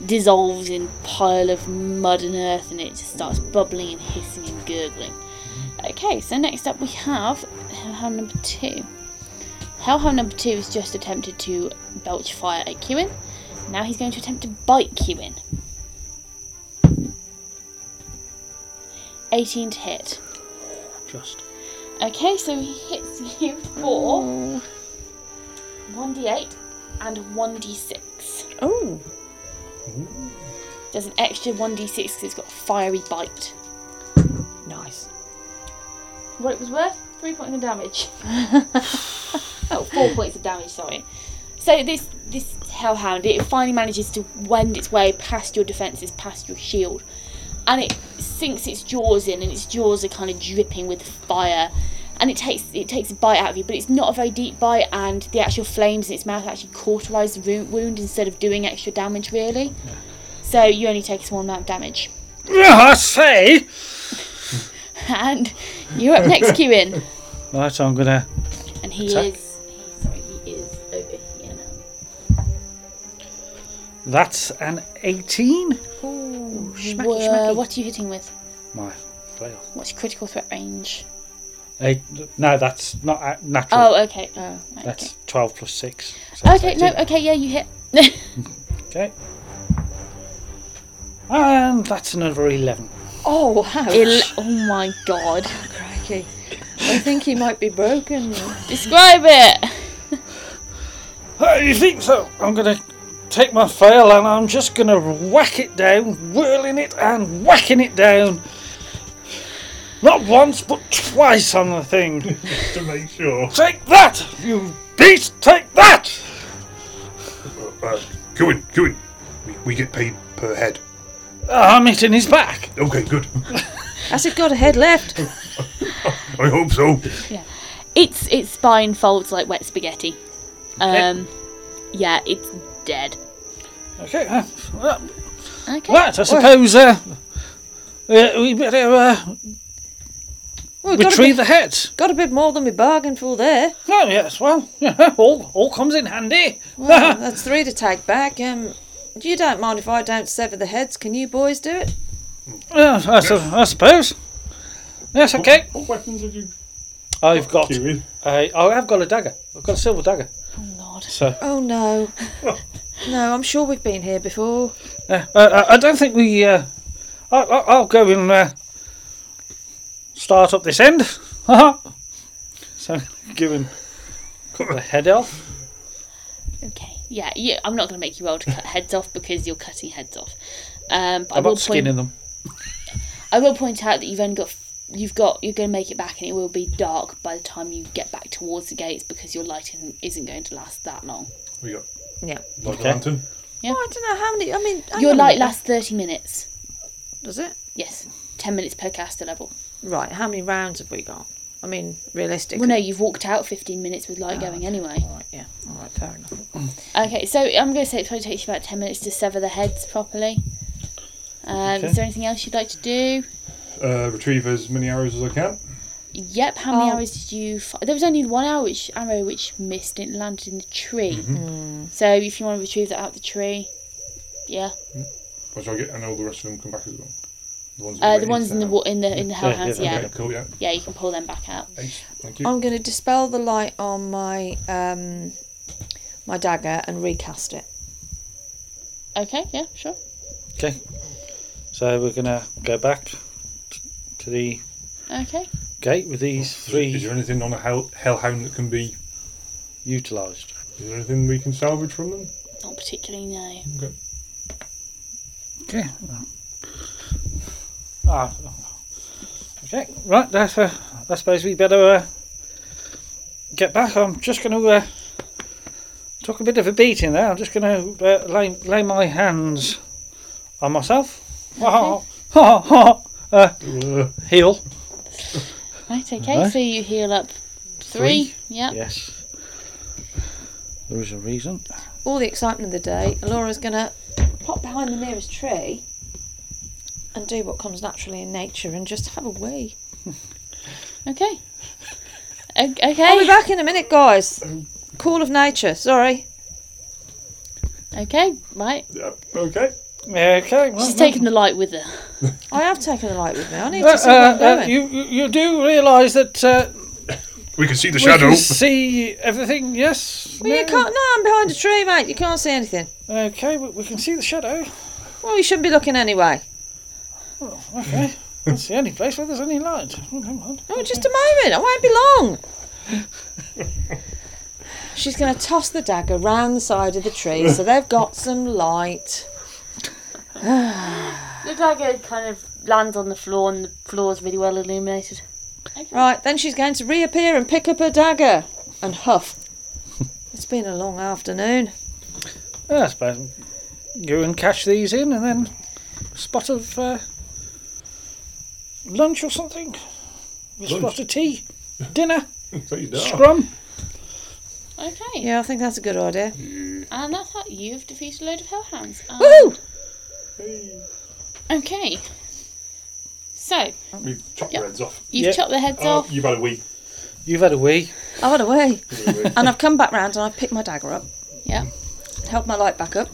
S1: dissolves in pile of mud and earth, and it just starts bubbling and hissing and gurgling. Okay, so next up we have Hellhound number two. Hellhound number two has just attempted to belch fire at Kewin. Now he's going to attempt to bite Kewin. 18 to hit.
S3: Just.
S1: Okay, so he hits <laughs> you for
S6: Oh.
S1: 1d8 and 1d6.
S6: Oh,
S1: There's an extra 1d6 because it's got a fiery bite.
S6: nice.
S1: What it was worth? Three points
S6: <laughs>
S1: of damage. oh, four points of damage, sorry. So this this hellhound, it finally manages to wend its way past your defences, past your shield, and it sinks its jaws in, and its jaws are kind of dripping with fire. And it takes it takes a bite out of you, but it's not a very deep bite, and the actual flames in its mouth actually cauterise the wo- wound instead of doing extra damage, really. So you only take a small amount of damage. <laughs>
S3: I say!
S1: And you're up next,
S3: <laughs>
S1: Kewin.
S3: Right, I'm gonna.
S1: And he
S3: Attack.
S1: is. He, sorry, he is over here now.
S3: That's an 18.
S1: Wha- What are you hitting with?
S3: My.
S1: What's your critical threat range?
S3: Eight, no, that's not a- natural.
S1: Oh, okay. Oh, right,
S3: That's 12 plus 6. so
S1: okay. Okay,
S3: that's
S1: no,
S3: 18.
S1: okay, yeah, you hit. <laughs>
S3: Okay. And that's another 11.
S6: Oh, wow.
S1: Il- oh my god.
S6: Crikey. I think he might be broken.
S1: Describe it!
S3: Oh, you think so? I'm going to take my flail and I'm just going to whack it down, whirling it and whacking it down. Not once, but twice on
S1: <laughs>
S3: the thing.
S5: To make sure.
S3: take that, you beast! Take that!
S5: Uh, go in, go in. We, we get paid per head.
S3: Ah, I'm hitting his back.
S5: Okay, good. <laughs>
S2: Has it got a head left?
S5: I hope so.
S1: Its its spine folds like wet spaghetti. Um, yeah, it's dead.
S3: Okay, uh, uh,
S1: Okay.
S3: right, I suppose uh, uh, we better
S1: Oh,
S3: uh,
S2: Well, got, a
S3: retrieve
S2: bit,
S3: the heads.
S2: got a bit more than we bargained for
S1: <laughs>
S2: there.
S3: Oh, yes, well, <laughs> all, all comes in handy.
S2: Well, that's three to take back. Um, you don't mind if I don't sever the heads? Can you boys do it?
S3: Yeah, I, su- I suppose. Yes, okay.
S5: What weapons have you
S3: I've got.
S5: Kieran?
S3: A, oh, I've got a dagger. I've got a silver dagger.
S1: Lord.
S3: So
S1: <laughs>
S2: Oh no. No, I'm sure we've been here before.
S3: uh, uh, I don't think we. Uh, I, I, I'll go and uh, start up this end. <laughs> so <laughs> give him cut the head off.
S1: Okay. Yeah, you, I'm not going to make you roll to cut heads off because you're cutting heads off. Um, but I
S3: I'm
S1: will point
S3: not skinning them.
S1: I will point out that you've only got f- you've got you're going to make it back, and it will be dark by the time you get back towards the gates because your light isn't, isn't going to last that long.
S7: We got
S2: Yeah.
S7: light
S3: Okay.
S7: lantern.
S1: Yeah.
S2: Oh, I don't know how many. I mean, hang
S1: your
S2: on a
S1: light
S2: minute.
S1: lasts thirty minutes.
S2: Does it?
S1: Yes, ten minutes per caster level.
S2: Right. How many rounds have we got? I mean, realistically.
S1: Well, no, you've walked out fifteen minutes with light going anyway.
S2: All right. Yeah. All right. Fair enough.
S1: Okay, so I'm going to say it probably takes you about ten minutes to sever the heads properly. Um, Is there anything else you'd like to do?
S7: Uh, retrieve as many arrows as I can.
S1: Yep. How many
S2: Oh.
S1: hours did you? F- there was only one hour which arrow which missed and it landed in the tree.
S3: Mm-hmm.
S1: So if you want to retrieve that out the tree, yeah.
S7: Which I get, and all the rest of them come back as well. The ones,
S1: Uh,
S7: we're
S1: the
S7: waiting
S1: ones
S7: to
S1: in the
S7: have.
S1: wa- in the in the hellhounds,
S3: yeah,
S1: yeah,
S7: Okay, cool, yeah.
S1: yeah, you can pull them back out.
S7: Ace, thank
S3: Oh,
S7: you.
S2: I'm going to dispel the light on my um, my dagger and recast it.
S1: Okay, yeah, sure.
S3: Okay. So we're going to go back to the
S1: Okay,
S3: gate with these
S7: Is
S3: three
S7: there anything on a hell, hellhound that can be?
S3: utilised.
S7: Is there anything we can salvage from them?
S1: not particularly no.
S3: Okay. Ah. Okay. Right. That's. Uh, I suppose we better uh, get back. I'm just going to uh, took a bit of a beating there. I'm just going to uh, lay lay my hands on myself. Ha ha ha. ha. Uh, heal.
S1: Right, okay.
S3: Alright.
S1: So you heal up three. Yeah.
S3: Yes. There is a reason.
S2: All the excitement of the day. Laura's going to pop behind the nearest tree and do what comes naturally in nature and just have a wee.
S1: Okay. O- okay.
S2: I'll be back in a minute, guys. Call of nature. Sorry.
S1: Okay. Right.
S7: Yeah. Okay.
S3: Okay. well,
S1: She's taking the light with her.
S2: I have taken the light with me. I need
S3: uh,
S2: to see what I'm
S3: uh, uh,
S2: doing.
S3: you you you do realise that uh,
S5: We can see the
S3: we
S5: shadow.
S3: can see everything. Yes.
S2: Well, you
S3: No?
S2: can't. No, I'm behind a tree, mate. You can't see anything.
S3: Okay, we, we can see the shadow.
S2: Well, you shouldn't be looking anyway.
S3: Okay. That's the only place where there's any light. Oh, never mind.
S2: Oh, just a moment. I won't be long. She's going to toss the dagger round the side of the tree so they've got some light.
S1: The dagger kind of lands on the floor, and the floor's really well illuminated.
S2: Right, then she's going to reappear and pick up her dagger and huff. It's been a long afternoon.
S3: I suppose go and cash these in and then a spot of uh, lunch or something. A spot of tea, dinner,
S7: <laughs> So you die.
S3: scrum.
S1: Okay.
S2: Yeah, I think that's a good idea.
S1: And that's how you've defeated a load of hellhounds. Um,
S2: Woohoo!
S1: Okay. So
S7: We've chopped
S1: Yeah.
S7: your heads off.
S1: you've
S3: Yeah.
S1: chopped their heads
S7: Oh,
S1: off.
S7: you've had a wee.
S3: You've had a wee.
S2: I've had a wee.
S7: You've had a wee.
S2: And I've come back round and I've picked my dagger up.
S1: Yeah.
S2: Held my light back up.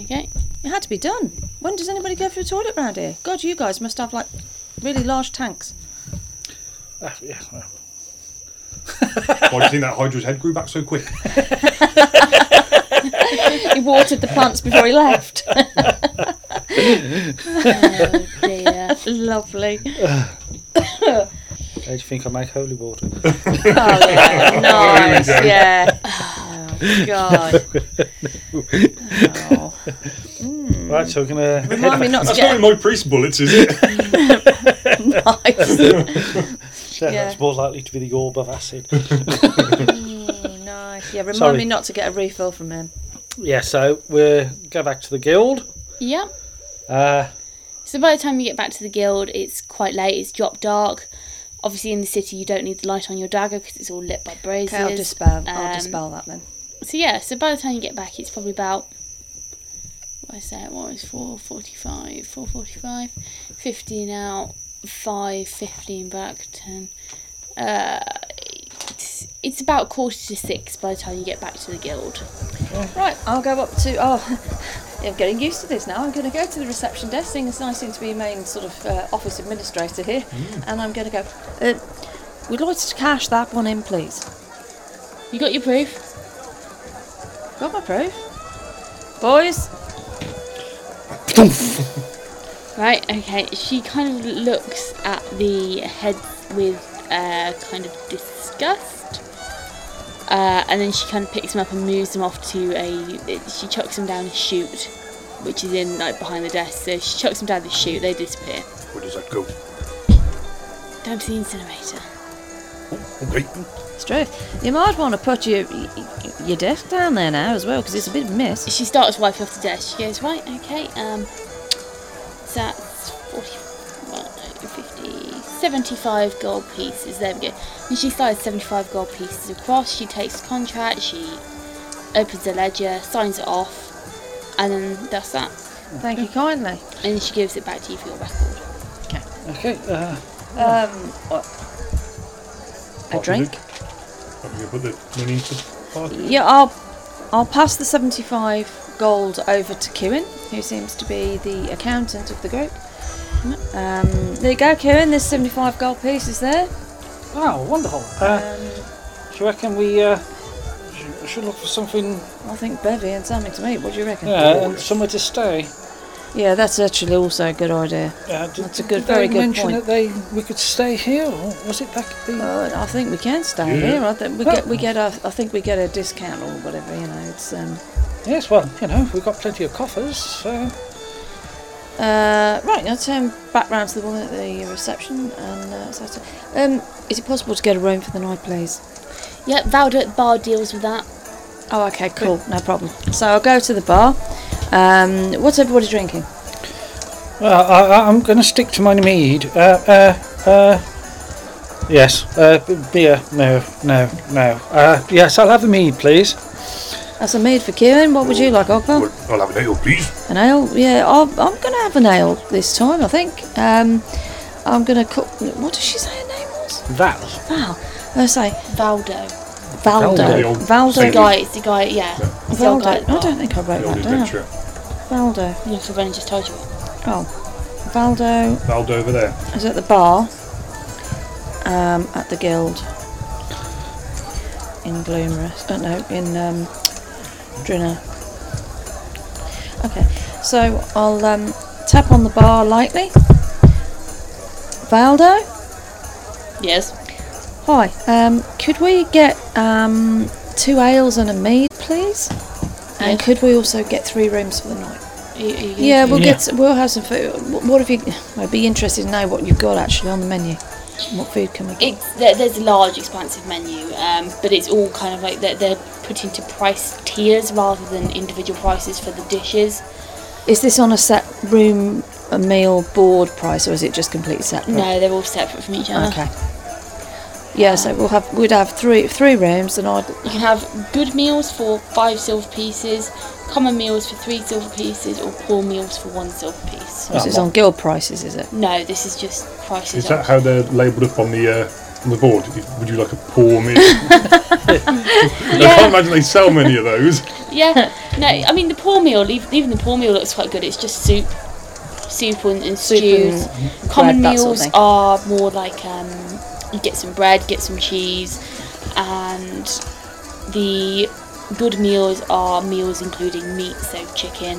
S1: Okay.
S2: It had to be done. When does anybody go for a toilet round here? God, you guys must have like really large tanks.
S3: Ah, yeah, well,
S7: Why do you think that hydra's head grew back so quick?
S2: He watered the plants before he left. <laughs>
S1: Oh dear.
S2: Lovely.
S3: How do you think I make holy water?
S2: Oh yeah, <laughs> nice. Yeah. Oh God. Oh.
S3: Right, so we're
S2: <laughs>
S3: going to.
S2: <laughs> Remind me not to
S7: That's not
S2: get
S7: in my priest bullets, is <laughs> it?
S2: nice.
S3: That's more likely to be the orb of acid.
S2: Mm, nice. <laughs> Yeah. Remind
S3: Sorry.
S2: me not to get a refill from him.
S3: yeah, so we'll go back to the guild.
S1: Yeah.
S3: Uh,
S1: So by the time you get back to the guild, it's quite late. It's drop dark. Obviously, in the city, you don't need the light on your dagger because it's all lit by braziers.
S2: Okay, I'll dispel. I'll
S1: Um,
S2: dispel that then.
S1: So yeah. So by the time you get back, it's probably about. What I say it was 4.45, 4.45, 15 out, 5, 15 back, 10. Uh, it's, it's about quarter to 6 by the time you get back to the guild.
S2: Right. I'll go up to. Oh. <laughs> I'm getting used to this now. I'm going to go to the reception desk, seeing as I seem to be the main sort of uh, office administrator here, and I'm going to go. Uh, we'd like to cash that one in, please.
S1: You got your proof?
S2: Got my proof. Boys,
S1: Right, okay. She kind of looks at the head with uh, kind of disgust. Uh, and then she kind of picks them up and moves them off to a. She chucks them down a chute, which is in like behind the desk. So she chucks them down the chute, they disappear.
S7: Where does that go?
S1: Down to the incinerator.
S5: Okay.
S2: It's true. You might want to put your your desk down there now as well, because it's a bit of a mess.
S1: She starts wiping off the desk. She goes, right, okay, um, that's 40, well, no, 50, 75 gold pieces. There we go. And she slides 75 gold pieces across. She takes the contract, she opens the ledger, signs it off, and then that's that.
S2: Thank you kindly.
S1: And she gives it back to you for your record.
S3: Okay. Uh,
S6: Um,
S2: A drink.
S5: I'm going to put the money into the party.
S2: Yeah, I'll I'll pass the seventy-five gold over to Kieran, who seems to be the accountant of the group. Um, there you go, Kieran. There's seventy-five gold pieces there.
S3: oh, wonderful. Uh, do you reckon we uh, sh- should look for something
S2: I think Bevy and something to me. What do you reckon?
S3: yeah, and somewhere to stay?
S2: Yeah, that's actually also a good idea.
S3: Uh, did,
S2: That's a good-
S3: did they
S2: very good
S3: mention
S2: point.
S3: that they we could stay here, or was it back at the?
S2: Uh, I think we can stay here. I think we get we get a I think we get a discount or whatever. You know, it's um.
S3: Yes, well, you know, we've got plenty of coffers. Uh,
S2: Uh, right, now turn back round to the woman at the reception and uh, so- so- um, is it possible to get a room for the night, please?
S1: Yep, Valda at the bar deals with that.
S2: Oh, okay, cool, no problem. So I'll go to the bar. Um, what's everybody drinking?
S3: well, I, I- I'm going to stick to my mead. Uh, uh, uh, yes, uh, b- beer. No, no, no. Uh, yes, I'll have a mead, please.
S2: That's a mead for Kieran. What would you like, Ogbar?
S5: Well, I'll have an ale, please.
S2: An ale? Yeah, I'll, I'm going to have an ale this time, I think. Um, I'm going to cook. What did she say her name was?
S3: Val.
S2: Val. I say
S1: Valdo.
S2: Valdo.
S5: Valdo.
S1: The
S2: Valdo.
S1: guy, it's the guy, yeah. It's the old
S2: Valdo.
S1: guy
S2: I
S1: at the bar.
S2: don't think I wrote
S5: The old
S1: Ah.
S2: that down.
S5: adventurer.
S2: Valdo.
S1: Yeah, so Brennan just told you.
S2: Oh, Valdo.
S5: Valdo over there.
S2: is at the bar um, at the Guild in Gloomrest. Oh no, in um, Drinner. Okay, so I'll um, tap on the bar lightly. Valdo,
S1: Yes.
S2: hi. Um, could we get um, two ales and a mead, please? And
S1: Yes.
S2: could we also get three rooms for the night?
S1: Are you- are you gonna
S2: Yeah,
S1: do-
S2: we'll
S3: Yeah.
S2: get s- we'll have some food. Wh- What have you? I'd be interested to know what you've got actually on the menu. What food can we get?
S1: It's there, there's a large, expansive menu, um, but it's all kind of like they're, they're put into price tiers rather than individual prices for the dishes.
S2: Is this on a set room a meal board price, or is it just completely
S5: Hmm.
S2: separate?
S1: No, they're all separate from each other.
S2: Okay. Yeah, so we'll have we'd have three three rooms, and I'd
S1: You can have good meals for five silver pieces, common meals for three silver pieces, or poor meals for one silver piece.
S2: this is on guild prices, is it?
S1: No, this is just prices.
S5: Oh. Is that
S1: of-
S5: how they're labelled up on the uh, on the board? If- Would you like a poor <laughs> meal?
S3: <laughs>
S5: I can't imagine they sell many of those. <laughs>
S2: <laughs>
S1: Yeah. No, I mean the poor meal. Leave, even the poor meal looks quite good. It's just soup, soup and, and
S2: Soup
S1: stews. Common
S2: bread, that sort of
S1: meals
S2: thing.
S1: are more like um, you get some bread, get some cheese, and the good meals are meals including meat, so chicken,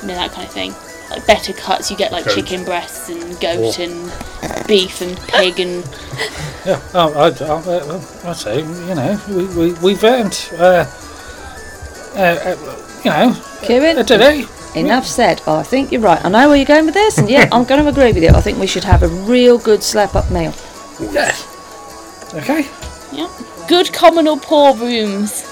S1: you know that kind of thing. Like better cuts, you get like
S5: Goat.
S1: chicken breasts and goat and beef and pig and
S3: Yeah, oh, I, I, uh, I, I'd say, you know, we, we, we've earned, uh, uh, uh, you know,
S2: Kieran,
S3: a today.
S2: enough said. Oh, I think you're right. I know where you're going with this, and yeah, I'm going to agree with you. I think we should have a real good slap up meal.
S3: Okay.
S1: yeah, good common or poor rooms.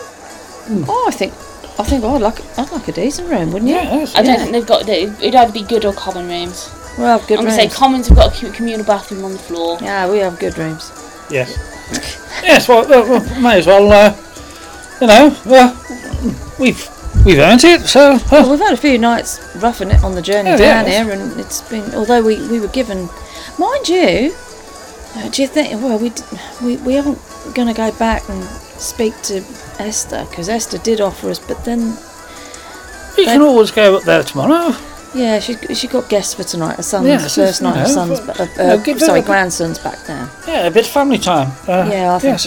S1: Hmm.
S2: Oh, I think I think I'd like I'd like a decent room, wouldn't you?
S3: Yes.
S1: I don't think they've got. they- It'd either be good or common rooms.
S2: We'll have good
S1: I'm
S2: rooms.
S1: gonna say commons have got a cu- communal bathroom on the floor.
S2: yeah, we have good rooms.
S3: Yes. yes. Well, well, well, may as well. Uh, you know, uh, we've we've earned it. So uh,
S2: Well, we've had a few nights roughing it on the journey
S3: Oh,
S2: down
S3: yes.
S2: here, and it's been. Although we, we were given, mind you, uh, do you think? Well, we d- we we haven't going to go back and speak to Esther because Esther did offer us, but then
S3: you can always go up there tomorrow.
S2: yeah, she she got guests for tonight. Her son's
S3: Yeah,
S2: the
S3: she's-
S2: first night. Her
S3: no,
S2: son's
S3: but-
S2: ba- uh,
S3: no,
S2: uh,
S3: give her
S2: sorry,
S3: a-
S2: grandson's back now.
S3: Yeah, a bit of family time. Uh,
S2: yeah, I think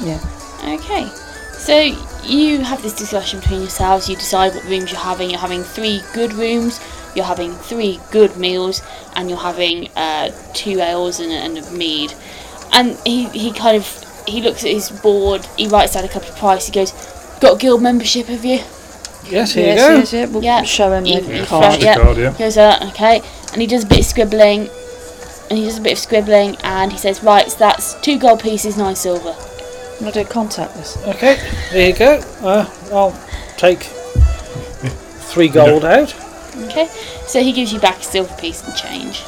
S3: yes.
S2: so.
S1: Okay, so you have this discussion between yourselves. You decide what rooms you're having. You're having three good rooms. You're having three good meals, and you're having uh, two ales and, a- and a mead. And he, he kind of he looks at his board. He writes down a couple of prices. He goes, "Got guild membership? Have you?"
S3: Yes. Here
S2: Yes,
S3: you go.
S2: yes, yeah. We'll
S1: Yeah.
S2: show him
S1: You-
S2: the
S1: you
S2: card.
S1: flash- yeah.
S5: Card, yeah.
S1: He goes, uh, okay. And he does a bit of scribbling. And he does a bit of scribbling and he says, Right, so that's two gold pieces, nine silver.
S6: I'm going to do contactless.
S3: Okay, there you go. Uh, I'll take three gold out.
S1: Okay? So he gives you back a silver piece and change.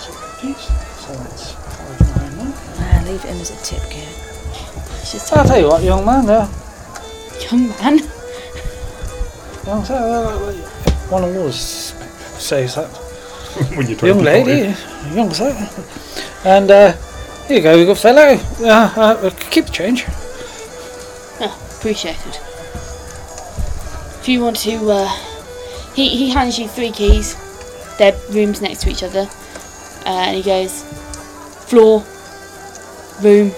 S3: So that's five, nine, nine.
S2: Ah, leave him as a tip, kid.
S1: It's just
S3: I'll tell you what, young man, uh,
S1: young man. <laughs>
S3: young, uh, uh, one of yours says that.
S7: when you're trying
S3: young
S7: to
S3: lady, young sir. And uh, here you go, you good fellow. Uh, uh, uh, keep the change.
S1: Oh, appreciated. If you want to, uh, he, he hands you three keys. Their rooms next to each other. Uh, and he goes, floor, room,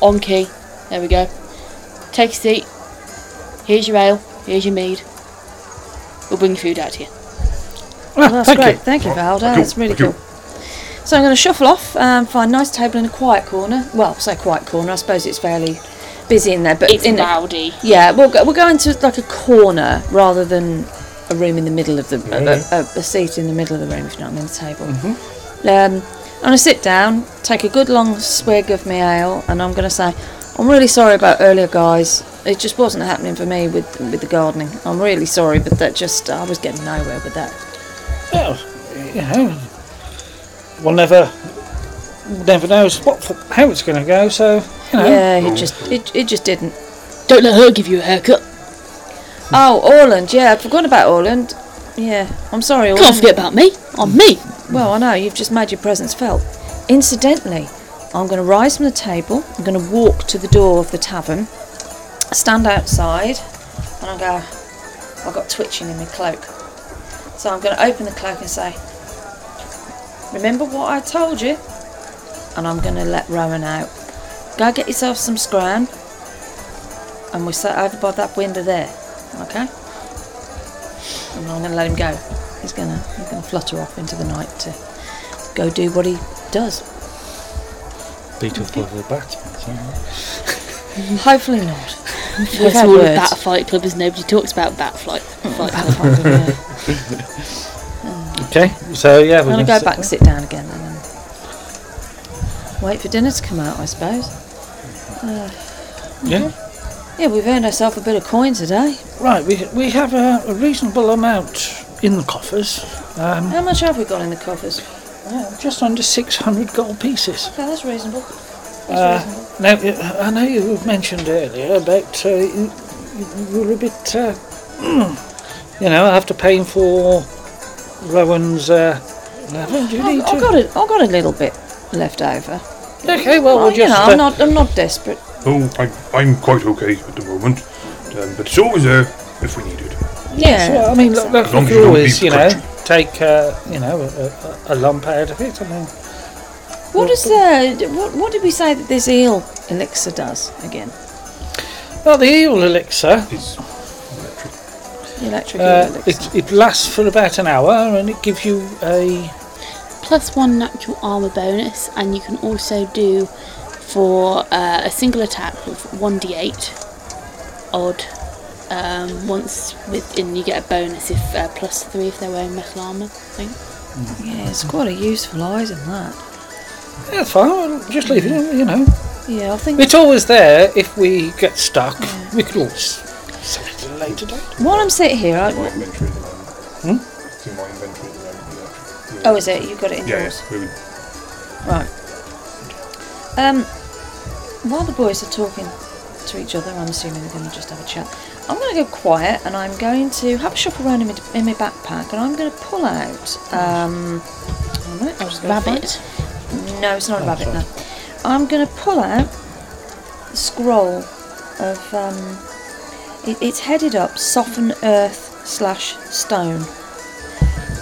S1: on key. There we go. Take a seat. Here's your ale. Here's your mead. We'll bring your food out to you.
S3: Ah,
S2: Well, that's
S3: thank
S2: great.
S3: you.
S2: Thank you,
S7: Cool,
S2: Valda. That's really
S7: cool.
S2: cool. So I'm going to shuffle off, um, find a nice table in a quiet corner. Well, I say quiet corner. I suppose it's fairly busy in there, but
S1: It's
S2: in a- <laughs>
S1: rowdy.
S2: yeah, we'll go, we'll go into like a corner rather than a room in the middle of the a- a, a, seat in the middle of the room, if not in the table. Um, I'm going to sit down, take a good long swig of my ale, and I'm going to say, I'm really sorry about earlier, guys. It just wasn't happening for me with with the gardening. I'm really sorry, but that just I was getting nowhere with that.
S3: Well, you know, we'll never, never know what for, how it's going to go. So you know,
S2: Yeah, it just it, it just didn't.
S1: Oh. Don't let her give you a haircut.
S2: Oh, Orland, yeah, I'd forgotten about Orland. Yeah, I'm sorry, Orland.
S1: Can't forget about me. I'm me.
S2: Well, I know, you've just made your presence felt. Incidentally, I'm going to rise from the table, I'm going to walk to the door of the tavern, stand outside, and I go, I've got twitching in my cloak. So I'm going to open the cloak and say, Remember what I told you? And I'm going to let Rowan out. Go get yourself some scran, and we sit over by that window there, okay? And I'm going to let him go. He's going to he's going to flutter off into the night to go do what he does.
S9: Beat off with a bat. so-
S2: Hopefully not.
S1: First
S2: Without
S1: rule of
S2: words.
S1: Bat Fight Club is nobody talks about Bat Flight. Fight Club.
S2: <laughs>
S3: okay. So yeah,
S2: I'm
S3: we're
S2: going to
S3: gonna
S2: go back and sit down again then and wait for dinner to come out, I suppose.
S3: Yeah.
S2: Yeah, we've earned ourselves a bit of coin today.
S3: Right, we we have a, a reasonable amount in the coffers. Um,
S2: How much have we got in the coffers?
S3: yeah, just under six hundred gold pieces.
S2: Okay, that's reasonable.
S3: Uh, now, uh, I know you mentioned earlier about uh, you, you- you were a bit, uh, <clears throat> you know, after paying for Rowan's uh, level, do you
S2: I've,
S3: need
S2: I've
S3: to?
S2: got a, I've got a little bit left over.
S3: Okay, well, we'll
S2: you
S3: just.
S2: know,
S3: uh,
S2: I'm not, I'm not desperate.
S5: Oh, I'm, I'm quite okay at the moment, um, but it's always there if we need it.
S2: Yeah.
S3: well, uh, I mean, look, look,
S5: As
S3: you
S5: long as
S3: could
S5: you don't
S3: always,
S5: be
S3: you know,
S5: crunchy.
S3: take, uh, you know, a, a, a lump out of it. I mean,
S2: What is the? What, what did we say that this eel elixir does again?
S3: well, the eel elixir,
S5: It's
S2: The electric eel
S3: uh,
S2: elixir.
S3: it, it lasts for about an hour and it gives you a.
S1: plus one natural armor bonus, and you can also do for uh, a single attack with 1d8 odd. Um, once within, you get a bonus if uh, plus three if they're wearing metal armor. I think.
S2: Yeah, it's quite a useful item that.
S3: Yeah, fine, well, just leave it, you know.
S2: Yeah, I think
S3: It's always there if we get stuck. We could always sell it at a later date.
S2: while I'm sitting here, I,
S7: my inventory at the moment.
S5: Hmm?
S7: It's in my inventory at the moment. Yeah.
S2: oh, is it? You got it in
S7: Yeah, yeah.
S2: yours,
S7: We would,
S2: right? Um, while the boys are talking to each other, I'm assuming they're going to just have a chat. I'm going to go quiet, and I'm going to have a shop around in my, in my backpack, and I'm going to pull out. Um, one minute, I'll just go find it.
S1: Rabbit.
S2: No, it's not a rabbit. No, I'm going to pull out the scroll of. Um, it, it's headed up soften earth slash stone.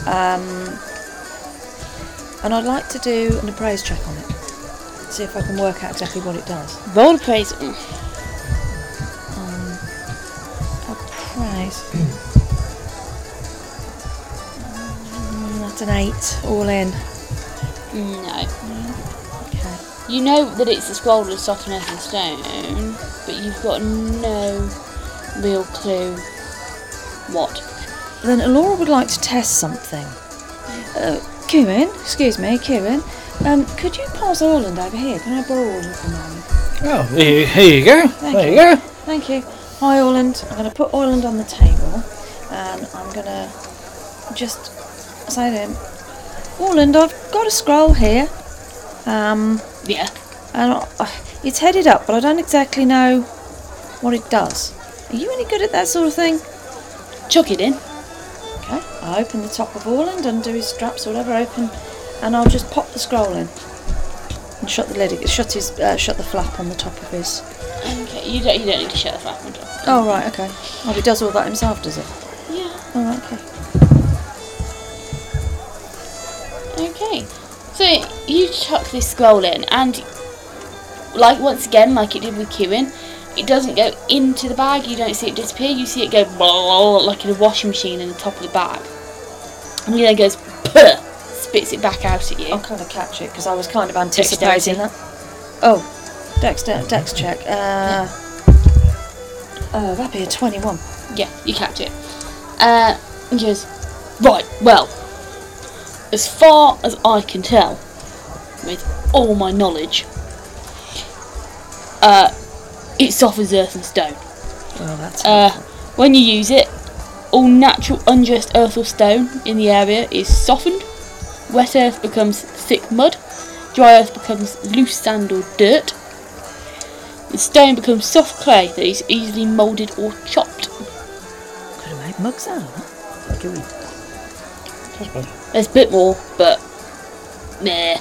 S2: Um, and I'd like to do an appraise check on it. See if I can work out exactly what it does.
S1: Roll appraisal.
S2: Um, appraise. Mm, That's an eight all in.
S1: No.
S2: Okay.
S1: You know that it's a scroll of soft earth and stone, but you've got no real clue what.
S2: Then Alora would like to test something. Uh, Kieran, excuse me, Kieran, um, could you pass Orland over here? Can I borrow Orland for a moment?
S3: Oh, here, you- here you go. there you go.
S2: Thank you. Hi, Orland. I'm going to put Orland on the table and I'm going to just say to him, Orland, I've got a scroll here. Um,
S1: Yeah.
S2: and I, I- it's headed up, but I don't exactly know what it does. Are you any good at that sort of thing?
S1: Chuck it in.
S2: Okay, I open the top of Orland, undo his straps or whatever, open, and I'll just pop the scroll in. And shut the lid, shut his, uh, shut the flap on the top of his.
S1: Okay, you don't, you don't need to shut the flap window.
S2: Oh right, okay. Oh, he does all that himself, does it?
S1: Yeah.
S2: Oh, right, okay.
S1: Okay. So you chuck this scroll in, and like once again, like it did with Kieran, it doesn't go into the bag. You don't see it disappear. You see it go <laughs> blah, like in a washing machine in the top of the bag, and he then goes Puh, spits it back out at you.
S2: I'll kind of catch it because I was kind of anticipating that. Oh, dex, dex, dex check. Uh, oh, that'd be a 21.
S1: Yeah, you catch it. Uh, he goes, right, well, as far as I can tell, with all my knowledge, uh, it softens earth and stone.
S2: Well, that's.
S1: Uh, when you use it, all natural undressed earth or stone in the area is softened. Wet earth becomes thick mud. Dry earth becomes loose sand or dirt. The stone becomes soft clay that is easily moulded or chopped.
S10: Could have made mugs out of that.
S1: There's a bit more, but meh.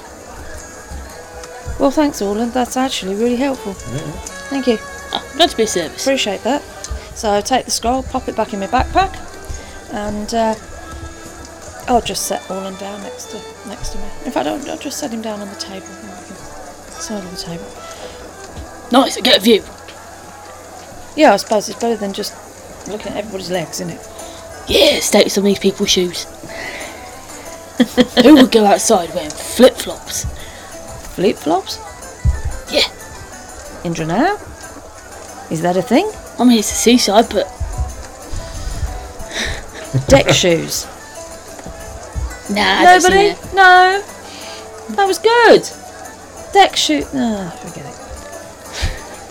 S2: well, thanks, Orland. That's actually really helpful. Thank you.
S1: Oh, glad to be of service.
S2: Appreciate that. So I take the scroll, pop it back in my backpack, and uh, I'll just set Orland down next to next to me. In fact, I'll, I'll just set him down on the table. Side of the table.
S1: Nice, I get a view.
S2: Yeah, I suppose it's better than just looking at everybody's legs, isn't it?
S1: Yeah, stake some of these people's shoes. <laughs> Who would go outside wearing flip flops?
S2: Flip flops?
S1: Yeah,
S2: Indra now? Is that a thing?
S1: I mean, it's the seaside, but
S2: Deck shoes.
S1: nah,
S2: Nobody? No. That was good. Deck shoes. Ah, forget it.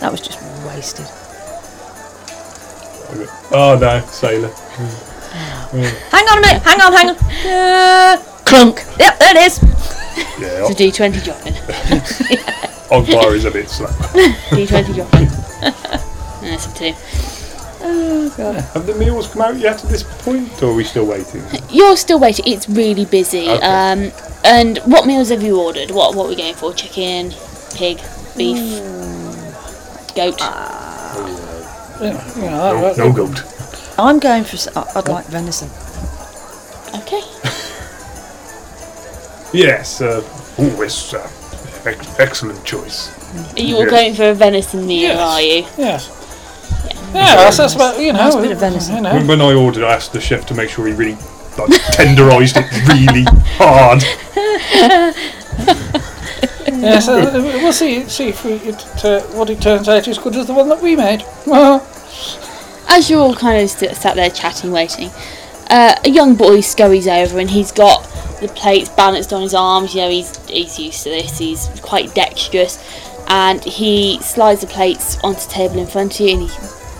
S2: <sighs> That was just wasted.
S5: Oh no, sailor.
S2: Hang on a minute. Hang on, hang on. Uh, clunk. Yep, there it is.
S5: Yeah,
S1: D twenty dropping.
S5: Ogbar is a bit slack.
S1: D twenty <laughs> dropping. That's up to you.
S5: <laughs> Have the meals come out yet at this point, or are we still waiting?
S1: You're still waiting. It's really busy.
S5: Okay.
S1: Um, and what meals have you ordered? What what are we going for? Chicken, pig, beef, goat.
S5: <laughs> No, no goat.
S2: I'm going for. s- I- I'd like venison.
S1: Okay.
S5: Yes. Uh, oh, it's uh, ex- excellent choice.
S1: Are you all
S5: Yeah.
S1: going for a venison meal? Are you?
S3: Yes. Yeah, that's, that's about, you know.
S2: Nice bit of venison.
S3: You know.
S5: When, when I ordered, I asked the chef to make sure he really like, tenderized it really hard.
S3: Yeah, so uh, we'll see, see if we, it, uh, what it turns out is good as the one that we made.
S1: as you're all kind of st- sat there chatting, waiting, uh, a young boy scurries over and he's got the plates balanced on his arms. You know, he's he's used to this. He's quite dexterous, and he slides the plates onto the table in front of you, and he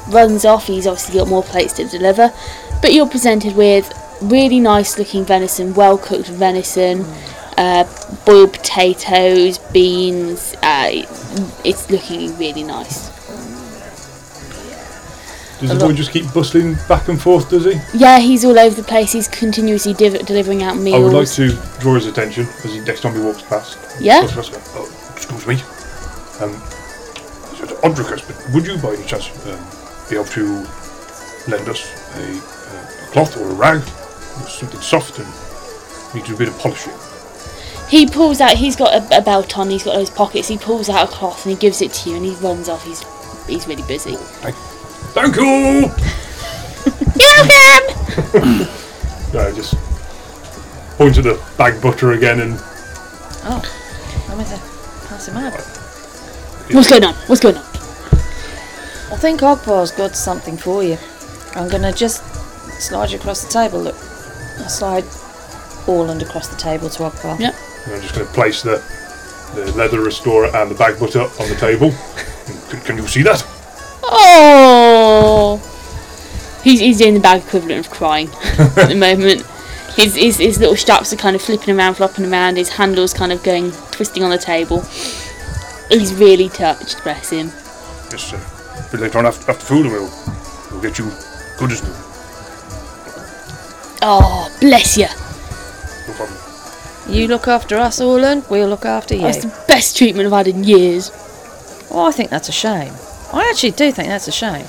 S1: runs off. He's obviously got more plates to deliver, but you're presented with really nice looking venison, well cooked venison. Uh, boiled potatoes, beans, uh, it- it's looking really nice.
S5: Does the boy just keep bustling back and forth? Does he?
S1: Yeah, he's all over the place. He's continuously div- delivering out meals.
S5: I would like to draw his attention as he next time he walks past.
S1: Yeah?
S5: Walks past, go, oh, excuse me. Um, I said, odd request, but would you by any chance um, be able to lend us a, uh, a cloth or a rag, or something soft and needs a bit of polishing?
S1: He pulls out. He's got a, a belt on. He's got those pockets. He pulls out a cloth and he gives it to you, and he runs off. He's he's really busy.
S5: Thank you.
S1: You're welcome.
S5: No, just point at the bag butter again and
S2: Oh, I'm going to pass him out.
S1: What's going on? What's going on?
S2: I think Ogbar's got something for you. I'm gonna just slide you across the table. Look, I slide
S6: all and across the table to Ogvar.
S1: Yeah.
S7: And I'm just going to place the, the leather restorer and the bag butter on the
S5: <laughs>
S7: table. can, can you see that?
S1: Oh! He's, he's doing the bad equivalent of crying <laughs> at the moment. His, his, his little straps are kind of flipping around, flopping around. His handle's kind of going, twisting on the table. He's really touched, bless him.
S7: Yes, sir. A bit later on after, after food, we'll, we'll get you good as new.
S1: Oh, bless you.
S7: No problem.
S2: You look after us, Orland. We'll look after you.
S1: That's the best treatment I've had in years.
S2: Oh, I think that's a shame. I actually do think that's a shame.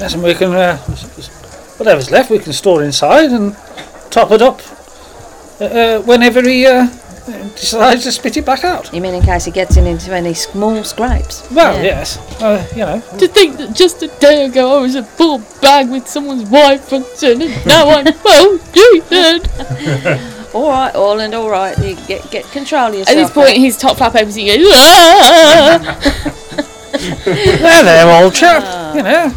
S3: Yes, and we can uh, whatever's left we can store inside and top it up uh, uh, whenever he uh, decides to spit it back out.
S2: You mean in case he gets in into any small scrapes?
S3: Well,
S2: Yeah.
S3: yes, uh, you know.
S1: To think that just a day ago I was a poor bag with someone's wife and son, and now <laughs> I'm well treated.
S2: All right, Orland. All right. You get get control of yourself.
S1: At this point, his top flap opens and he goes, <laughs> "Ah."
S3: there, there, old
S2: Ah.
S3: chap. You know,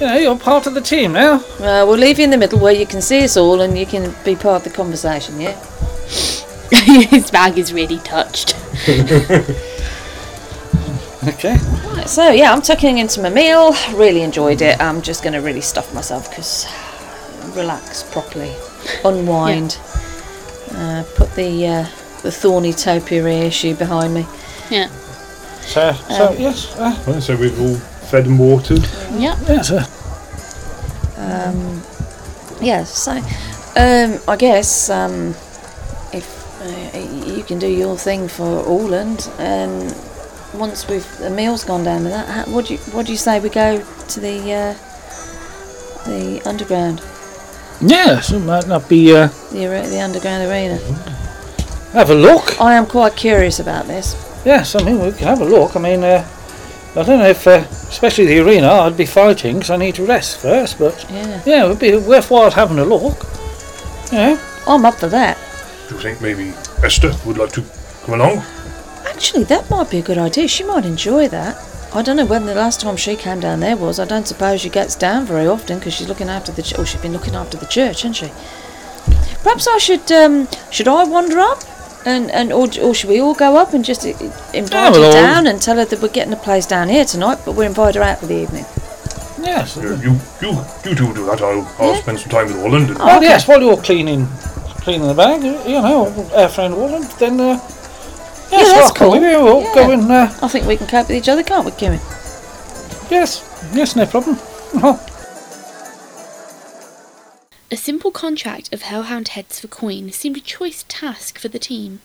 S3: you know, you're part of the team now.
S2: Uh, we'll leave you in the middle where you can see us all and you can be part of the conversation. Yeah.
S1: His bag is really touched.
S3: Okay.
S2: Right, so yeah, I'm tucking into my meal. Really enjoyed it. I'm just going to really stuff myself because <sighs> relax <laughs> properly, unwind, uh, put the uh, the thorny topiary issue behind me.
S3: So, so
S2: Um.
S3: yes, uh,
S7: Right, so we've all fed and watered.
S1: Yeah.
S3: yes. Uh,
S2: Yeah, so um, I guess um, if uh, you can do your thing for Orland, um, once we've the meal's gone down with that, how, what do you what do you say we go to the uh, the underground,
S3: yes, it might not be. Uh,
S2: the are the underground arena?
S3: have a look.
S2: I am quite curious about this.
S3: Yes, I mean we can have a look. I mean, uh, I don't know if, uh, especially the arena, I'd be fighting because I need to rest first. But
S2: Yeah,
S3: yeah, it would be worthwhile having a look. Yeah.
S2: I'm up for that.
S7: Do you think maybe Esther would like to come along?
S2: Actually, that might be a good idea. She might enjoy that. I don't know when the last time she came down there was. I don't suppose she gets down very often because she's looking after the. Ch- oh, she's been looking after the church, hasn't she? Perhaps I should. Um, should I wander up, and and or, or should we all go up and just i- i-
S3: Yeah,
S2: invite
S3: we'll
S2: her
S3: all-
S2: down and tell her that we're getting a place down here tonight, but we'll invite her out for the evening.
S3: Yes.
S7: You, you, you, you two do that. I'll, I'll
S2: Yeah.
S7: spend some time with Orland. And,
S3: Well,
S2: Oh, okay.
S3: yes, while you're cleaning, cleaning the bag, you you know, our friend Warland, then. Uh, yes,
S2: Yeah, that's cool.
S3: welcome. We will
S2: Yeah.
S3: go and. Uh,
S2: I think we can cope with each other, can't we, Kimmy?
S3: yes, yes, no problem. <laughs>
S11: A simple contract of hellhound heads for coin seemed a choice task for the team.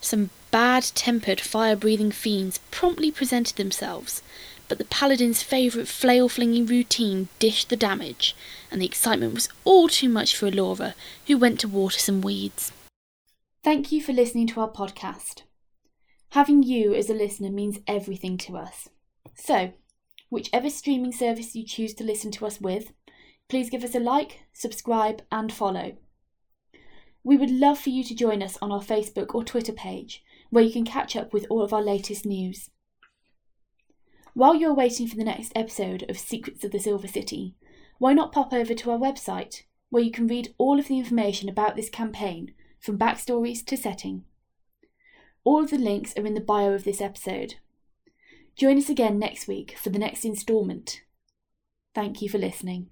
S11: Some bad tempered, fire breathing fiends promptly presented themselves, but the paladin's favourite flail flinging routine dished the damage, and the excitement was all too much for Alora, who went to water some weeds. Thank you for listening to our podcast. Having you as a listener means everything to us. So, whichever streaming service you choose to listen to us with, please give us a like, subscribe, and follow. We would love for you to join us on our Facebook or Twitter page, where you can catch up with all of our latest news. While you're waiting for the next episode of Secrets of the Silver City, why not pop over to our website, where you can read all of the information about this campaign, from backstories to setting. All of the links are in the bio of this episode. Join us again next week for the next instalment. Thank you for listening.